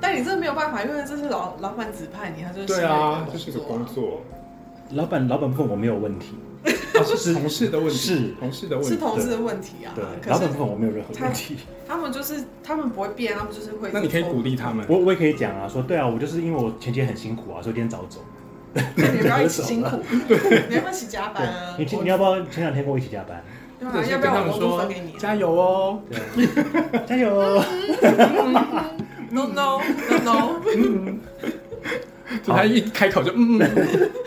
但你真的没有办法，因为这是老老板指派你，他就是
对啊，这是个工
工作
作，
老板，老板部分我没有问题，
啊是同事的问题，
是
同事的
啊，
问
是
题。
同事的问题啊。
对，
可
老
是
板部分我没有任何问题。
他们就是他们不会变，他们就是会。
那你可以鼓励他们，
我我也可以讲啊，说对啊，我就是因为我前几天很辛苦啊，所以今天早走。
嗯那你要不要一起辛苦？你要不要一起加班啊？
对，你今你要不要前两天跟我一起加班？
对
或者
啊，
是
要
跟
不要
他
我
们
工作分
说
给你啊
加油哦，
对， 加油！
？No No No No，
就他一开口就嗯，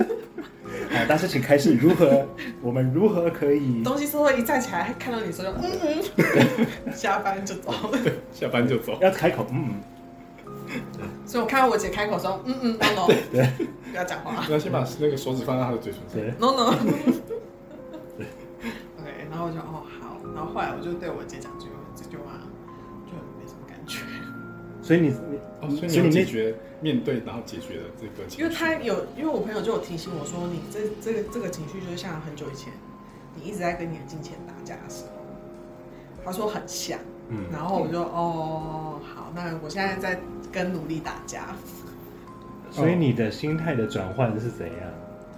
好，大师请开始，如何我们如何可以？
东西收了一站起来，看到你说就嗯嗯， 下班就走。
下班就走。
要开口，嗯，
所以我看到我姐开口说嗯嗯 No No，
对
不要讲话
你要先把那个手指放到他的嘴唇上。
对，
No No。OK，然后我就哦好，然后后来我就对我姐讲这句这句话，就没什么感觉，
所以你，
哦，所以你
所
有
以你
解
那
决面对，然后解决了这个情绪。
因为她有，因为我朋友就有提醒我说，你这这个这个情绪就是像很久以前，你一直在跟你的金钱打架的时候，他说很像。
嗯，
然后我就哦，好，那我现在在跟努力打架，
哦
所以你的心态的转换是怎样？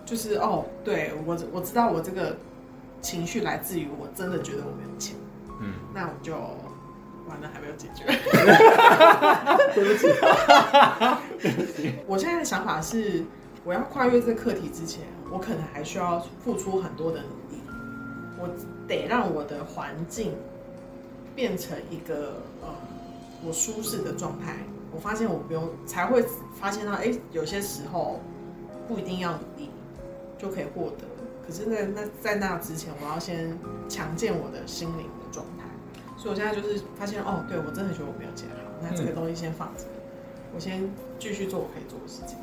就是哦，对我我知道我这个情绪来自于我真的觉得我没有钱，
嗯，
那我就完了还没有解决。
对不起，
我现在的想法是，我要跨越这课题之前，我可能还需要付出很多的努力，我得让我的环境变成一个呃我舒适的状态。我发现我不用，才会发现到，哎、有些时候不一定要努力就可以获得。可是那那在那之前，我要先强健我的心灵的状态，所以我现在就是发现，哦，对我真的觉得我没有解好，那这个东西先放着，我先继续做我可以做的事情。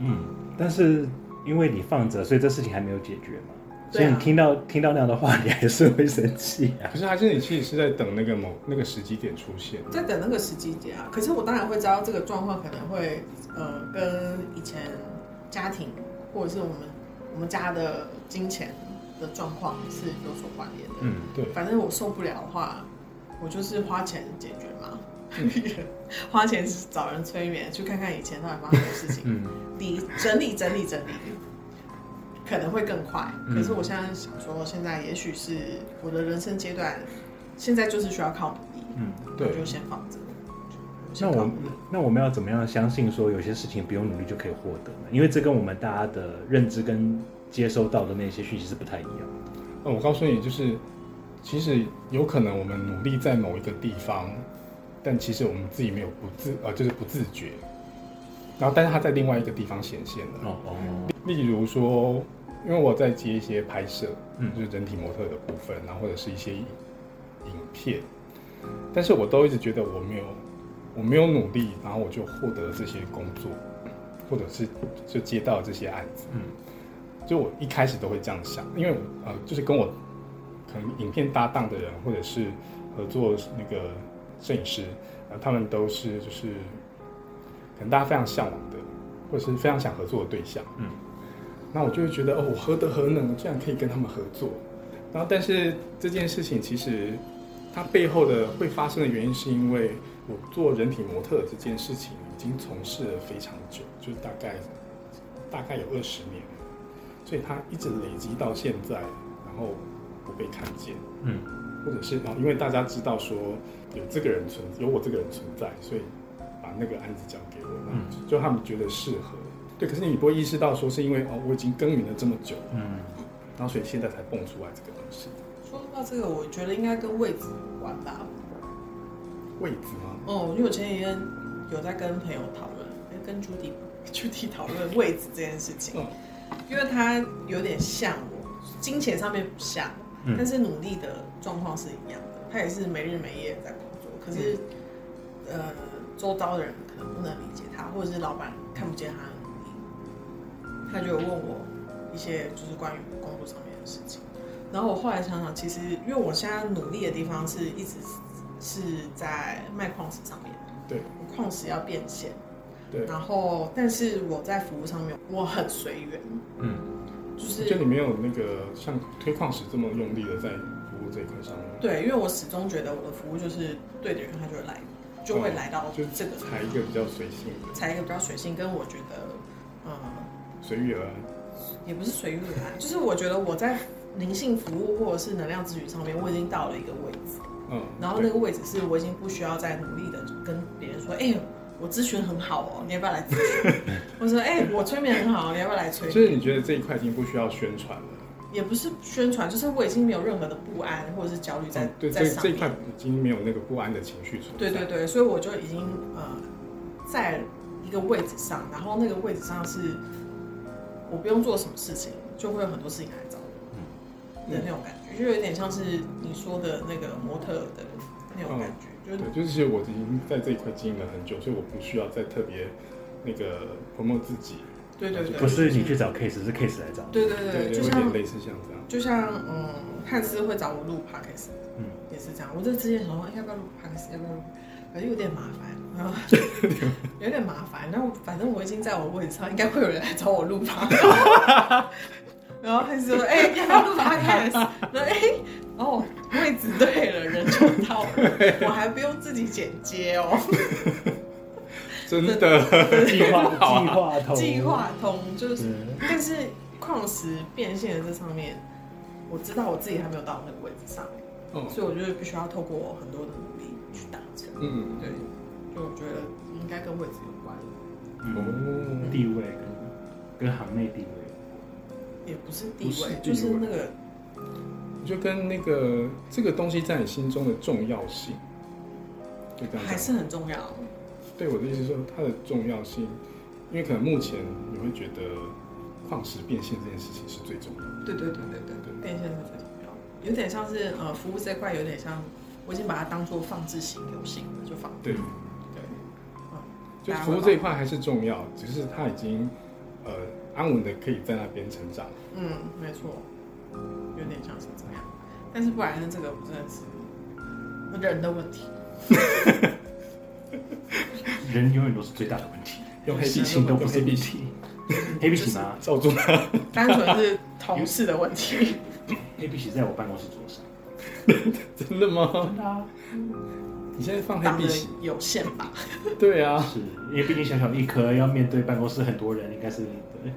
嗯，但是因为你放着，所以这事情还没有解决嘛，所以
对啊
你听到听到那样的话，你还是会生气啊。
可是还是你其实是在等那个某那个时机点出现。
在等那个时机点啊。可是我当然会知道这个状况可能会呃跟以前家庭或者是我们我们家的金钱的状况是有所关联的。
嗯，
对，
反正我受不了的话，我就是花钱解决嘛。 花钱找人催眠，去看看以前到底发生什么事 情。
嗯，
理整理整理整理，可能会更快。
嗯
可是我现在想说，现在也许是我的人生阶段，现在就是需要靠努力，
嗯，
对
我就先放着。
那
先靠
我
努力
那我们要怎么样相信说有些事情不用努力就可以获得呢？因为这跟我们大家的认知跟接收到的那些讯息是不太一样的。
那嗯我告诉你，就是其实有可能我们努力在某一个地方，但其实我们自己没有不自呃，就是不自觉。然后，但是它在另外一个地方显现了。
哦哦，
例如说，因为我在接一些拍摄，
嗯
就是人体模特的部分，然后或者是一些影片，但是我都一直觉得我没有，我没有努力，然后我就获得了这些工作，或者是就接到了这些案子。
嗯，
就我一开始都会这样想，因为我呃，就是跟我可能影片搭档的人，或者是合作那个摄影师，呃，他们都是就是可能大家非常向往的，或者是非常想合作的对象。
嗯，
那我就会觉得哦，我何德何能，我居然可以跟他们合作。然后，但是这件事情其实它背后的会发生的原因，是因为我做人体模特这件事情已经从事了非常久，就大概大概有二十年了，所以它一直累积到现在，然后不被看见。
嗯，
或者是啊，因为大家知道说有这个人存，有我这个人存在，所以把那个案子交给我，
嗯
那就他们觉得适合。对，可是你不会意识到说是因为哦，我已经耕耘了这么久，
嗯，
然后所以现在才蹦出来这个东西。
说到这个，我觉得应该跟位置有关吧。
位置吗？
哦，因为我前几天有在跟朋友讨论，跟朱迪 朱迪讨论位置这件事情，
嗯
因为他有点像我，金钱上面不像，
嗯
但是努力的状况是一样的。他也是没日没夜在工作，可是、
嗯
呃，周遭的人可能不能理解他，或者是老板看不见他的努力，他就有问我一些就是关于工作上面的事情。然后我后来想想，其实因为我现在努力的地方是一直是在卖矿石上面，
对，
我矿石要变现，
对，
然后但是我在服务上面我很随缘，
嗯，
就是
就你没有那个像推矿石这么用力的在服务这一块上面，
对，因为我始终觉得我的服务就是对的人，他就会来，就会来到
哦就
这个
才一个比较随性的，
才一个比较随性，跟我觉得，嗯，
随遇而安。
也不是随遇而安，就是我觉得我在灵性服务或者是能量咨询上面，我已经到了一个位置，
嗯，
然后那个位置是我已经不需要再努力的跟别人说，哎、我咨询很好哦，你要不要来咨询？ 我说，哎、我催眠很好，你要不要来催
对
眠？
就是你觉得这一块已经不需要宣传了，
也不是宣传，就是我已经没有任何的不安或者是焦虑在、
嗯对，
在
这
上
这一
面。
块已经没有那个不安的情绪存在。
对对对，所以我就已经呃在一个位置上，然后那个位置上是我不用做什么事情，就会有很多事情来找我的那种感觉，就有点像是你说的那个模特的那种感觉，就是
对，就是其实我已经在这一块经营了很久，所以我不需要再特别那个 promote 自己。
对对对，
不是你去找 case，是 case 来找你。
对对
对
对，
对，
就
有点
像
类似像这样。
就像嗯，汉斯会找我录 podcast，嗯，
嗯
也是这样。我这之前想说哎要不要录 podcast，要不要录，反正有点麻烦，然后有点麻烦。然后反正我已经在我位置上，应该会有人来找我录 podcast。然后汉斯就说：“哎、要不要录 podcast？” 然后哎、哦，位置对了，人就到了，我还不用自己剪接哦。
真的，
计划
好啊
计划通
计划通就是，
嗯
但是矿石变现的这上面，我知道我自己还没有到那个位置上。
哦，
所以我就是必须要透过很多的努力去达成。
嗯，
对，就我觉得应该跟位置有关，
嗯
哦，
地位跟跟行内地位，
也不是地
不是
位，
地位
就是那个
就跟那个这个东西在你心中的重要性，就这样
还
讲。
是很重要。
对我的意思是说，它的重要性，因为可能目前你会觉得矿石变现这件事情是最重要的。
对对对对对对，变现是最重要的。有点像是呃，服务这块有点像我已经把它当做放置型油性了，嗯就放。
对，
对，
就服务这一块还是重要，只是它已经呃安稳的可以在那边成长。
嗯，没错，有点像是这样。但是不然呢，这个真的是人的问题。
人永远都是最大的问 题，
用黑
事
笔
情都不是
用黑笔
问题，黑笔洗吗？
罩住它，
单纯是同事的问 题。
黑笔洗在我办公室桌上，
真的吗？
真的啊，
你现在放黑
当
碧
然
玺？
有限吧，
对啊，
是因为毕竟小小一颗，要面对办公室很多人，应该是对。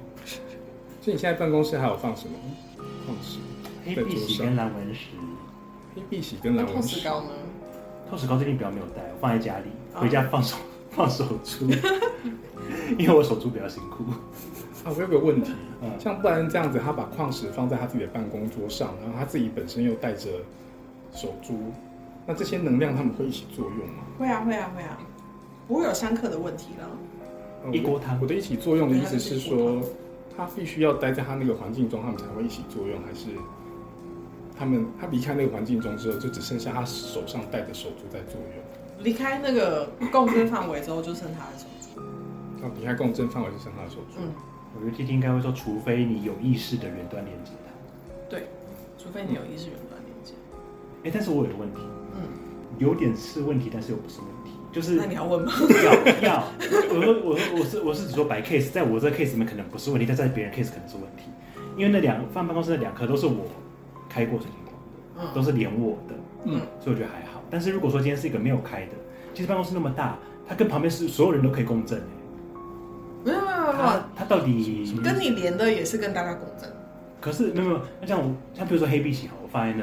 所以你现在办公室还有放什么？矿石、
黑
在
碧
桌
玺
上
跟蓝纹石，
黑碧玺跟
那
蓝
透
纹
石啊
石。
膏呢？
透石膏最近比较没有带，我放在家里，
哦
回家
啊
放手、放手珠， 因为我手珠比较辛苦。
啊，我有个问题，
嗯
像不然这样子，他把矿石放在他自己的办公桌上，然后他自己本身又带着手珠，那这些能量他们会一起作用吗？
会啊，会啊，会啊，不会有相克的问题了。
呃
一锅汤
我的一起作用的意思是说，他必须要待在他那个环境中，他们才会一起作用，还是他们他离开那个环境中之后，就只剩下他手上戴的手珠在作用？
离开那个共振范围之后，就剩他的手机。
那离开共振范围就剩他的手珠。
嗯，
我觉得 T T 应该会说，除非你有意识的远端连接它。
除非你有意识远端连接。
哎，但是我有个问题，
嗯，
有点是问题，但是又不是问题，就是
那你要问吗？
要要，我说我说我是我是只说白 case，在我这 case 里面可能不是问题，但在别人 case 可能是问题，因为那两放办公室的两颗都是我开过水晶光的，都
嗯
是连我的，
嗯
所以我觉得还好。但是如果说今天是一个没有开的，其实办公室那么大，它跟旁边是所有人都可以共振、欸，
没有没有没
它
有，
它到底
跟你连的也是跟大家共振。
可是没有没有，那像我像比如说黑碧玺好，我放在那，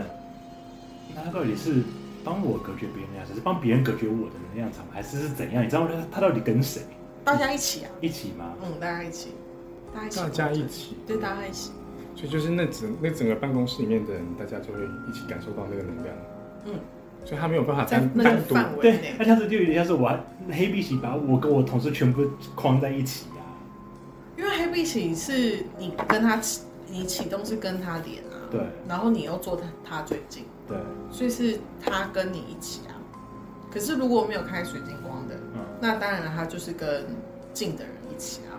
那它到底是帮我隔绝别人的样子，是帮别人隔绝我的能量场，还是是怎样？你知道吗？它它到底跟谁
大家一起啊，
一起吗？
嗯，大家一起，大家一起，
大家一，起，
对，大家一起，
所以就是那整那整个办公室里面的人，大家就会一起感受到那个能量。
嗯，
所以他没有办法
在
单
那个
单独
范围
对
内，
那。这样子就有点像是我黑碧玺把我跟我同事全部框在一起啊呀、
因为黑碧玺是你跟他起，你启动是跟他连啊，
对
然后你又坐他他最近，
对，
所以是他跟你一起啊。可是如果没有开水晶光的，
嗯，
那当然了，他就是跟近的人一起啊。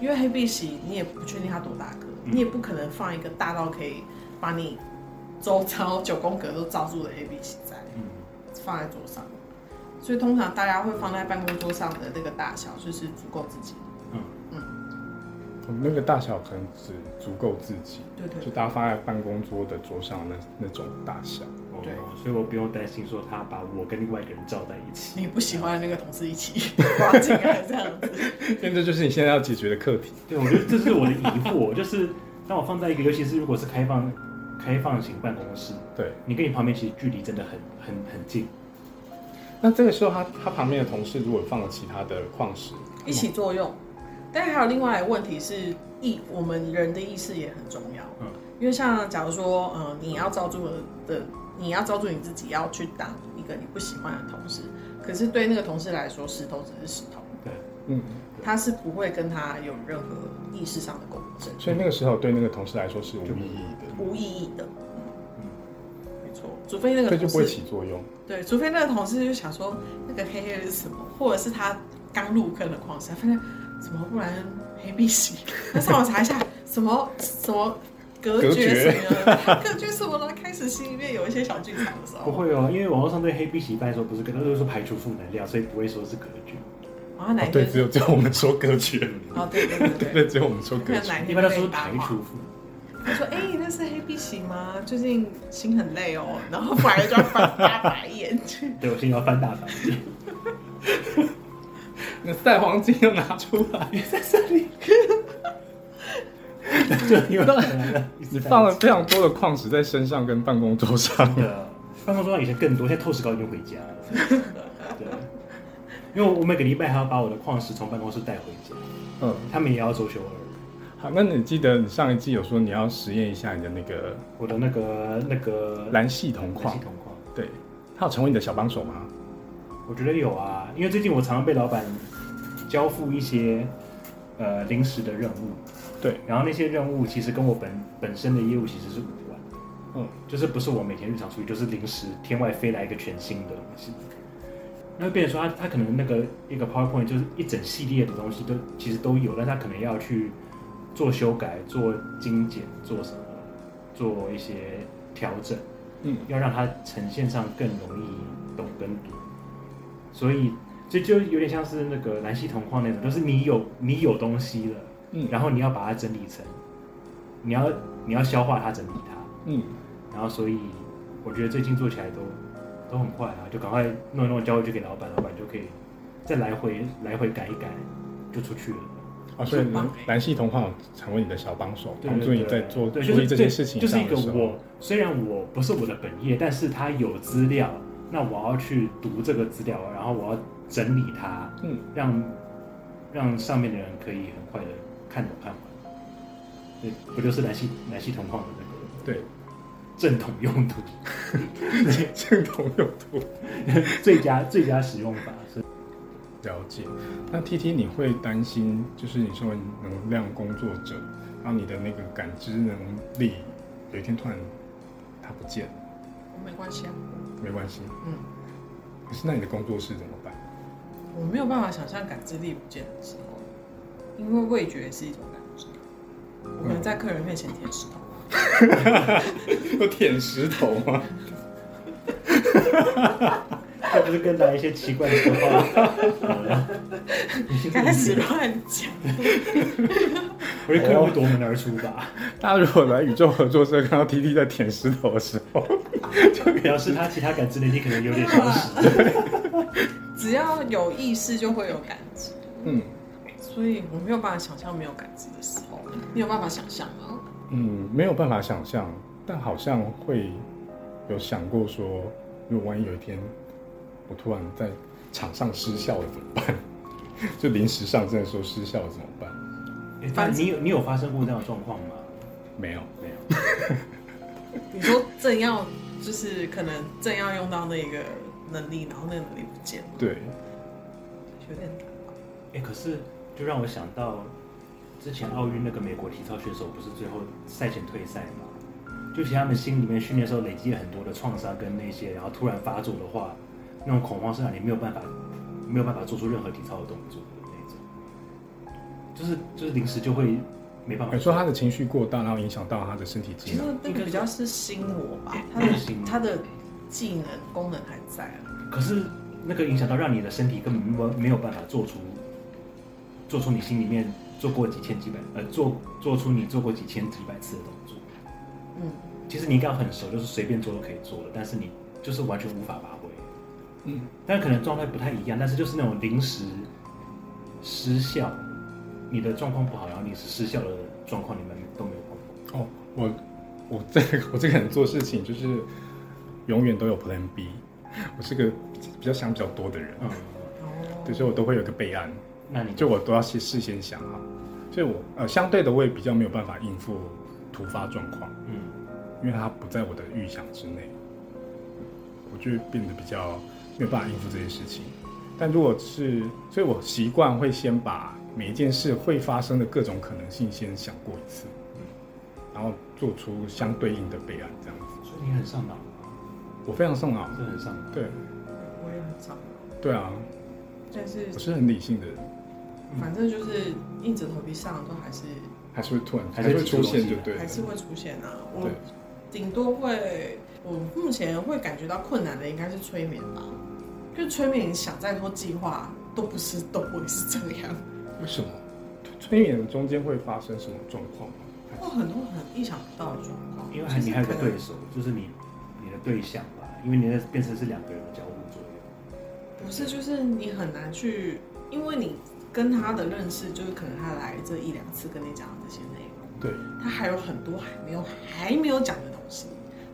因为黑碧玺你也不确定它多大个，
嗯
你也不可能放一个大到可以把你周遭九宫格都罩住的黑碧玺在
嗯
放在桌上，所以通常大家会放在办公桌上的那个大小就是足够自己。
嗯，
我们那个大小可能只足够自己，
对对
就大家放在办公桌的桌上那那种大小。
对
哦，所以我不用担心说他把我跟另外一个人罩在一起。
你不喜欢的那个同事一 起挖进来这样子。
因为这就是你现在要解决的课题。
对，我觉得这是我的疑惑，就是当我放在一个，尤其是如果是开放开放型办公室，
对，
你跟你旁边其实距离真的很很很近，
那这个时候他他旁边的同事如果放了其他的矿石，
一起作用。但还有另外一个问题是意，我们人的意识也很重要。
嗯
因为像假如说，呃，你要照住的，你要照住你自己，要去挡一个你不喜欢的同事。可是对那个同事来说，石头只是石头，
对，
嗯，
他是不会跟他有任何意识上的共振，
所以那个时候对那个同事来说是无意义的，
无意义的。
嗯
没错，除非那个
所以就
同
不会
事
起作用。
对，除非那个同事就想说那个黑黑的是什么，或者是他刚入坑的矿石，他发现怎么不然黑碧玺， 他上网查一下什么什么隔
隔
绝
绝
什么的， 隔绝什么了，开始心里面有一些小剧场的时
不
候，
会哦，因为网络上对黑碧玺一般来说不是跟都是说排除负能量，所以不会说是隔绝，
然后哪
哦
一，
对，
天，
只有只有我们说隔绝，
哦对对对
对
对，
对，只有我们说
可
隔
能
绝。
哪一
嗯一
天
般来
被
说是
八
排
卦
除负。
他说：“哎、那是黑碧玺吗？最近心很累哦。”然后反而就要翻大白眼。
对我现在要翻大白眼，
那赛黄金要拿出来，
在这里，就因为
你放了非常多的矿石在身上跟办公桌上。
啊的办公桌上以前更多，现在透视高已经回家了。 对，因为我每个礼拜还要把我的矿石从办公室带回家，
嗯，
他们也要周休二日。
好，那你记得你上一季有说你要实验一下你的那个
我的那个那个
蓝系铜
蓝
矿
系，铜矿，
对，它有成为你的小帮手吗？
我觉得有啊，因为最近我常常被老板交付一些呃临时的任务，
对，
然后那些任务其实跟我本本身的业务其实是无关的，
嗯，
就是不是我每天日常处理，就是临时天外飞来一个全新的东西。那会变成说他他可能那个一个 PowerPoint 就是一整系列的东西都其实都有，但他可能要去做修改、做精简、做什么、做一些调整，
嗯，
要让它呈现上更容易懂跟读。所以这就有点像是那个南希同框那种，就是你有你有东西了，
嗯
然后你要把它整理成，你要你要消化它、整理它，
嗯，
然后所以我觉得最近做起来都都很快啊，就赶快弄一弄交回去给老板，老板就可以再来回来回改一改就出去了。
哦，所以
很棒
蓝蓝系同框成为你的小帮手，
对
帮助
对
你
对，
在做
对
注
就是
意这件事情
就是
上
一
的
个
时候
我，虽然我不是我的本业，但是它有资料，那我要去读这个资料，然后我要整理它，
嗯，
让让上面的人可以很快的看懂看完。对，不就是南希南希同框的那个
对，
正统用途？
正统用途。
最佳最佳使用法是，
了解。那 T T，你会担心，就是你身为能量工作者，然后你的那个感知能力有一天突然它不见了，
没关系啊，
没关系。
嗯，
可是那你的工作室怎么办？
我没有办法想象感知力不见的时候，因为味觉也是一种感知。我可能在客人面前舔石头，
有舔石头吗？
这不是跟来一些奇怪的说话？好了
开始乱讲。
我觉得可能会夺门而出吧，
大家如果来宇宙合作社看 到 T T 在舔石头的时候，
表示他其他感知能力可能有点 消失。
只要有意识就会有感知，
嗯
所以我没有办法想象没有感知的时候。你有办法想象吗？
嗯，没有办法想象，但好像会有想过说，如果万一有一天我突然在场上失效了怎么办？ 就临时上阵的时候失效了怎么办？
欸但你有你有发生过这样的状况吗？
没有，
没有，
你说正要就是可能正要用到那个能力，然后那个能力不见了，
对，
有点难。
哎、可是就让我想到之前奥运那个美国体操选手不是最后赛前退赛吗？就其实他们心里面训练的时候累积了很多的创伤跟那些，然后突然发作的话，那种恐慌是让你没有办法没有办法做出任何体操的动作的那种，就是就是临时就会没办法。
你说他的情绪过大，然后影响到他的身体
其
机
实
能，
那个比较是心魔吧，他的
心魔
他的技能功能还在啊。
可是那个影响到让你的身体根本没有没有办法做出做出你心里面做过几千几百呃做做出你做过几千几百次的动作。
嗯，
其实你应该很熟，就是随便做都可以做的，但是你就是完全无法发挥。
嗯，
但可能状态不太一样，但是就是那种临时失效，你的状况不好，然后你是失效的状况，你们都没有碰过。
哦，我我这个我这个人做事情就是永远都有 Plan B，我 是个比较想比较多的人，
嗯，
哦，
对，所以我都会有个备案，
那你
就我都要先事先想好，所以我呃相对的我也比较没有办法应付突发状况，
嗯，
因为它不在我的预想之内，我就会变得比较没有办法应付这些事情。但如果是，所以我习惯会先把每一件事会发生的各种可能性先想过一次，然后做出相对应的备案，这样子。
所以你很上脑，
我非常上脑，
是很上脑。
对
我也很早，
对啊，
但是
我是很理性的人，
反正就是硬着头皮上，都还是
还是会突然
还是
会出现，就对了
还。是会出现啊。我
对
顶多会，我目前会感觉到困难的应该是催眠吧，就催眠想再多计划都不是都会是这样，
为什么？催眠中间会发生什么状况吗？
有很多很意想不到的状况，
因为还你还有个
就是可
对
能
手，就是你你的对象吧，因为你那变成是两个人的交互作用。
不是，就是你很难去，因为你跟他的认识，就是可能他来这一两次跟你讲的这些内容，
对，
他还有很多还没有还没有讲的东西，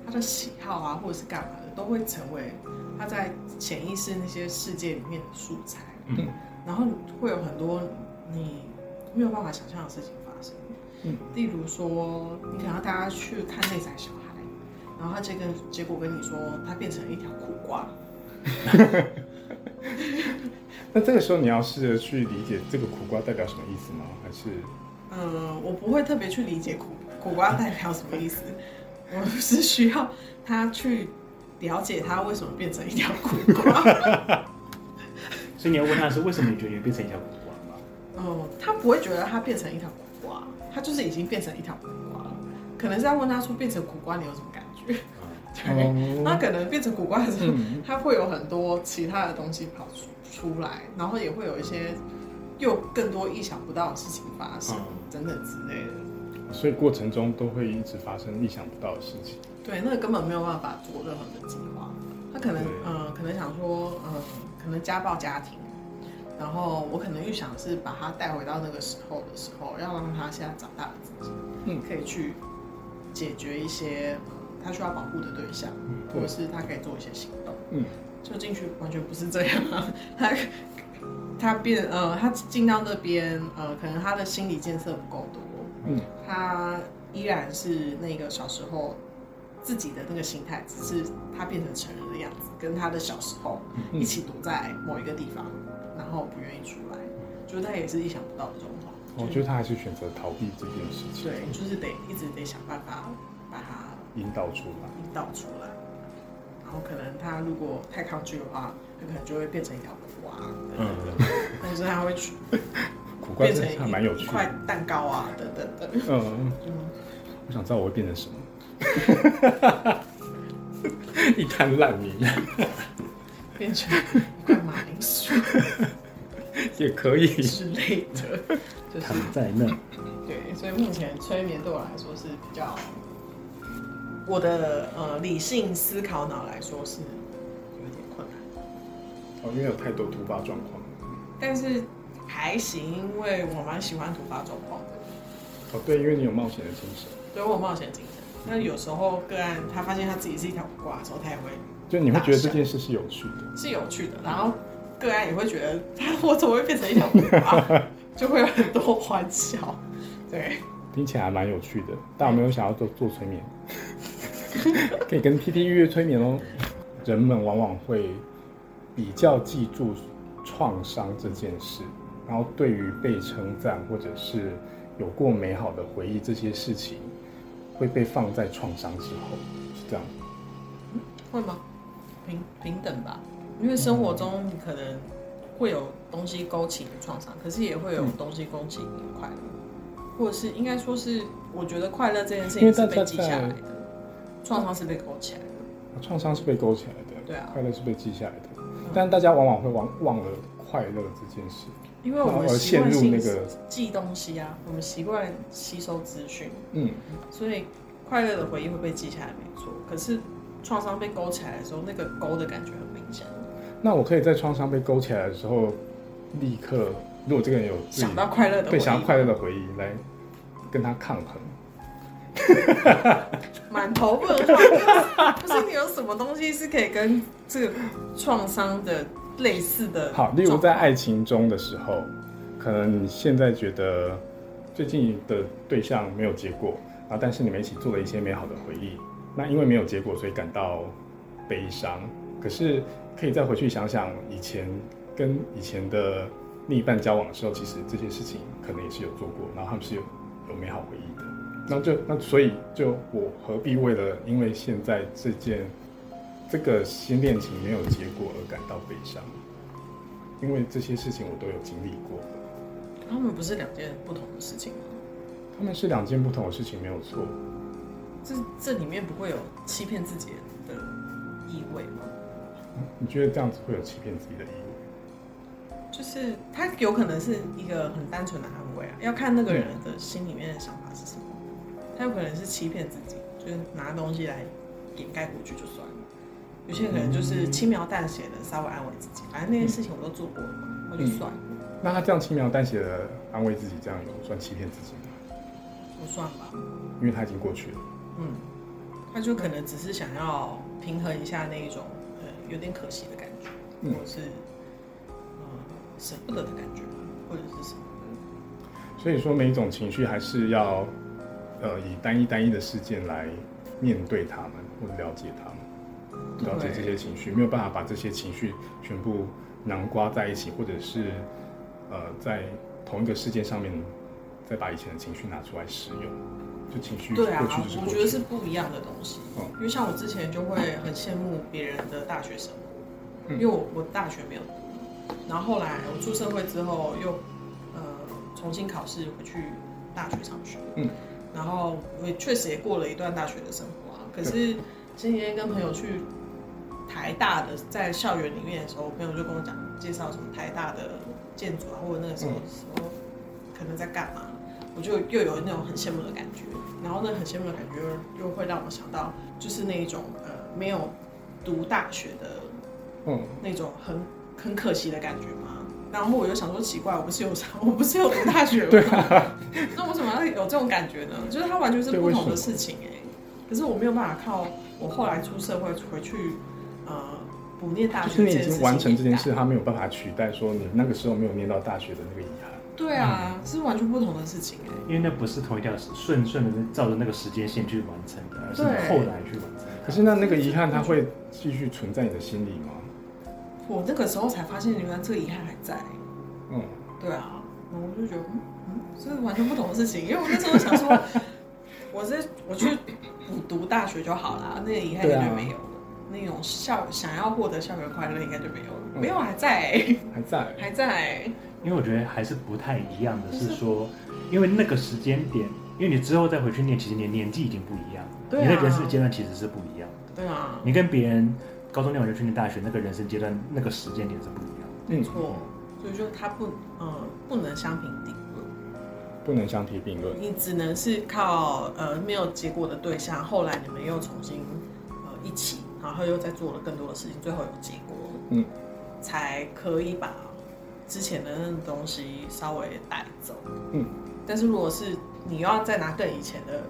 他的喜好啊，或者是干嘛的，都会成为他在潜意识那些世界里面的素材，
嗯
然后会有很多你没有办法想象的事情发生，
嗯，
例如说你可能要带他去看那仔小孩，然后他这个结果跟你说他变成了一条苦瓜，
那这个时候你要试着去理解这个苦瓜代表什么意思吗？还是
呃嗯，我不会特别去理解苦苦瓜代表什么意思，我是需要他去了解他为什么变成一条苦 瓜。
所以你要问他是为什么你觉得你变成一条苦瓜吗？
哦，他不会觉得他变成一条苦瓜，他就是已经变成一条苦瓜了。可能是要问他说变成苦瓜你有什么感觉？对，那
哦，
可能变成苦瓜的时候，
嗯
他会有很多其他的东西跑出出来，然后也会有一些又更多意想不到的事情发生，
嗯
等等之类的。
所以过程中都会一直发生意想不到的事情。
对，那个根本没有办法做任何的计划。他可能
对
呃，可能想说，呃，可能家暴家庭，然后我可能预想是把他带回到那个时候的时候，要让他现在长大的自己，
嗯
可以去解决一些、呃他需要保护的对象，或者是他可以做一些行动。
嗯，
就进去完全不是这样啊，他他变呃，他进到那边呃，可能他的心理建设不够多，
嗯，
他依然是那个小时候自己的那个心态，只是他变成成人的样子，跟他的小时候
嗯
一起躲在某一个地方，然后不愿意出来，就是他也是意想不到的状况。
我觉得他还是选择逃避这件事情，
对，就是得一直得想办法把他
引导出来。
引导出来。然后可能他如果太抗拒的话，他可能就会变成一条苦啊，
嗯，
但是他会去
苦瓜
变
真
成
的还蛮有
一
趣
块
的。
蛋糕啊，等等等。
嗯，
嗯，
我想知道我会变成什么。 一滩烂泥
变成一块马铃薯
也可以。
之类的，就是
躺在那，
对。所以目前催眠对我来说是比较，我的呃理性思考脑来说是有点困难。
哦，因为有太多突发状况。
但是还行，因为我蛮喜欢突发状况的，
哦，对，因为你有冒险的精神，
对我有冒险精神。那有时候个案他发现他自己是一条苦瓜的时候，他也会
就你会觉得这件事是有趣的。
是有趣的，然后个案也会觉得他我怎么会变成一条苦瓜，就会有很多欢笑。对，
听起来还蛮有趣的，但我没有想要做做催眠， 可以跟 PT 预约催眠哦。人们往往会比较记住创伤这件事，然后对于被称赞或者是有过美好的回忆这些事情，会被放在创伤之后，是这样。
会吗？平平等吧，因为生活中你可能会有东西勾起你的创伤，可是也会有东西勾起你的快乐，或者是应该说是，我觉得快乐这件事
因
情
为大
是
家
被记下来
在
的，创伤是被勾起来的。
创伤是被勾起来的，
对啊
快乐是被记下来的，但大家往往会忘忘了快乐这件事，
因为
然
我
后
们
而
习
陷
惯
入那
性
个，
记东西啊，我们习惯吸收资讯，
嗯，
所以快乐的回忆会被记下来，没错。可是创伤被勾起来的时候，那个勾的感觉很明显，
那我可以在创伤被勾起来的时候，立刻，如果这个人有自己
想到快乐的回
对想
忆
要，快乐的回忆来跟他抗衡，
满头问号，不是你有什么东西是可以跟这个创伤的类似的？
好，例如在爱情中的时候，可能你现在觉得最近的对象没有结果，然后但是你们一起做了一些美好的回忆，那因为没有结果，所以感到悲伤。可是可以再回去想想以前跟以前的另一半交往的时候，其实这些事情可能也是有做过，然后他们是有有美好回忆的。那就那所以就我何必为了因为现在这件这个新恋情没有结果而感到悲伤？因为这些事情我都有经历过，
他们不是两件不同的事情吗？
他们是两件不同的事情，没有错。
这这里面不会有欺骗自己的意味吗？
你觉得这样子会有欺骗自己的意义？
就是他有可能是一个很单纯的安慰啊，要看那个人的心里面的想法是什么。他有可能是欺骗自己，就是拿东西来掩盖过去就算了。有些人可能就是轻描淡写的稍微安慰自己，反正那些事情我都做过了嘛，那就
嗯
算了，
那他这样轻描淡写的安慰自己，这样有算欺骗自己吗？
不算吧。
因为他已经过去了。
嗯，他就可能只是想要平衡一下那一种呃有点可惜的感觉，
嗯
或者是呃舍不得的感觉，或者是什么的。
所以说，每一种情绪还是要，呃，以单一单一的事件来面对他们，或者了解他们，
对
了解这些情绪，没有办法把这些情绪全部囊括在一起，或者是呃，在同一个事件上面再把以前的情绪拿出来使用，就情绪
对啊
过去就是，
我
过
觉得
去。
是不一样的东西。
嗯
因为像我之前就会很羡慕别人的大学生活，
嗯
因为我我大学没有读，然后后来我出社会之后又呃重新考试回去大学上学，
嗯，
然后我也确实也过了一段大学的生活啊。可是今天跟朋友去台大的在校园里面的时候，我朋友就跟我讲介绍什么台大的建筑啊，或者那个时候时候可能在干嘛，我就又有那种很羡慕的感觉。然后那很羡慕的感觉又又会让我想到，就是那一种呃没有读大学的
嗯，
那种很很可惜的感觉嘛。然后我就想说，奇怪，我不是有 我不是有读大学吗？
对啊，
那为什么要有这种感觉呢？就是它完全是不同的事情哎、可是我没有办法靠我后来出社会回去，呃，补念大
就是
学这
你已
件事
经
情。
完成这件事，。他没有办法取代说你那个时候没有念到大学的那个遗憾。
对啊，是完全不同的事情哎、
因为那不是同一条顺顺的照着那个时间线去完成的，而是你
对
后来去完成的。
可是那
啊
那个遗憾，它会继续存在你的心里吗？
我那个时候才发现，原来这个遗憾还在、
嗯，
对啊，然后我就觉得，嗯嗯，这是完全不同的事情，因为我那时候想说，我这我去补读大学就好啦，那个遗憾应该就没有了，那种校想要获得校园快乐应该就没有了，
嗯
没有还在、欸，
还在。
还在、欸，
因为我觉得还是不太一样的是说，因为那个时间点，因为你之后再回去念，其实你的年纪已经不一样，
对啊
你的人生阶段其实是不一样的。
对啊，
你跟别人高中念完就去念大学，那个人生阶段那个时间点是不一 样
嗯，
错，所以说它不，呃，不能相平定论，
不能相提并论。
你只能是靠呃没有结果的对象，后来你们又重新呃一起，然后又再做了更多的事情，最后有结果，
嗯，
才可以把之前的那种东西稍微带走。
嗯，
但是如果是你要再拿更以前的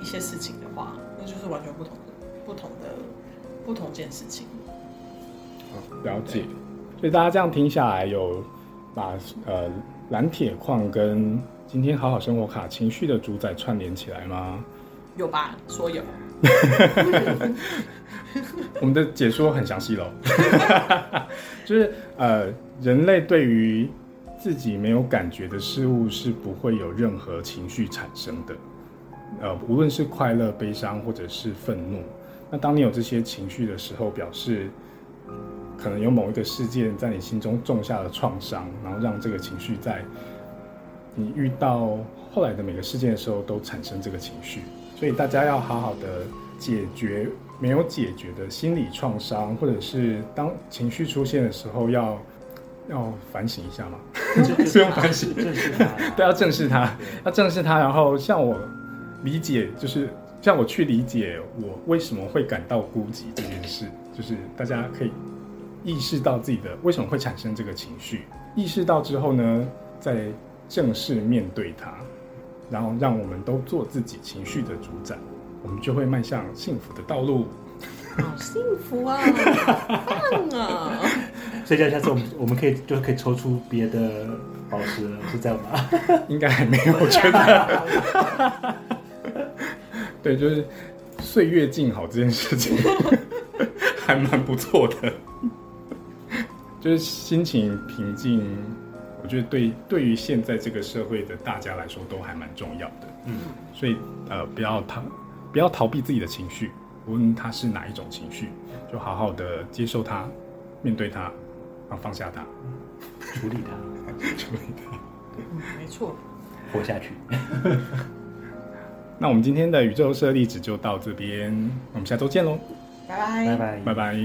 一些事情的话，那就是完全不同的、不同的、不同件事情。
好了解。所以大家这样听下来，有把呃蓝铁矿跟今天好好生活卡情绪的主宰串联起来吗？
有吧？说有，
我们的解说很详细喽， 就是呃，人类对于自己没有感觉的事物是不会有任何情绪产生的，呃，无论是快乐、悲伤或者是愤怒。那当你有这些情绪的时候，表示可能有某一个事件在你心中种下了创伤，然后让这个情绪在你遇到后来的每个事件的时候都产生这个情绪。所以大家要好好的解决没有解决的心理创伤，或者是当情绪出现的时候要要反省一下嘛，
的。
不用担心
正是 他。
对，要正视它，要正视它。然后像我理解，就是像我去理解我为什么会感到孤寂这件事，就是大家可以意识到自己的为什么会产生这个情绪，意识到之后呢，再正式面对它，然后让我们都做自己情绪的主宰，我们就会迈向幸福的道路。
好幸福啊，棒啊！
所以下次我们我们可以就可以抽出别的宝石了，是这样吧？
应该还没有，我觉得
得。
对，就是岁月静好这件事情还蛮不错的，就是心情平静，我觉得对对于现在这个社会的大家来说都还蛮重要的。
嗯，
所以呃，不要逃，不要逃避自己的情绪，无论它是哪一种情绪，就好好的接受它，面对它，然后放下它，
处理它，
处理它。
嗯， 没错。
活下去。
哎
那我们今天的宇宙设立值就到这边，我们下周见喽，
拜拜。
拜拜，
拜拜。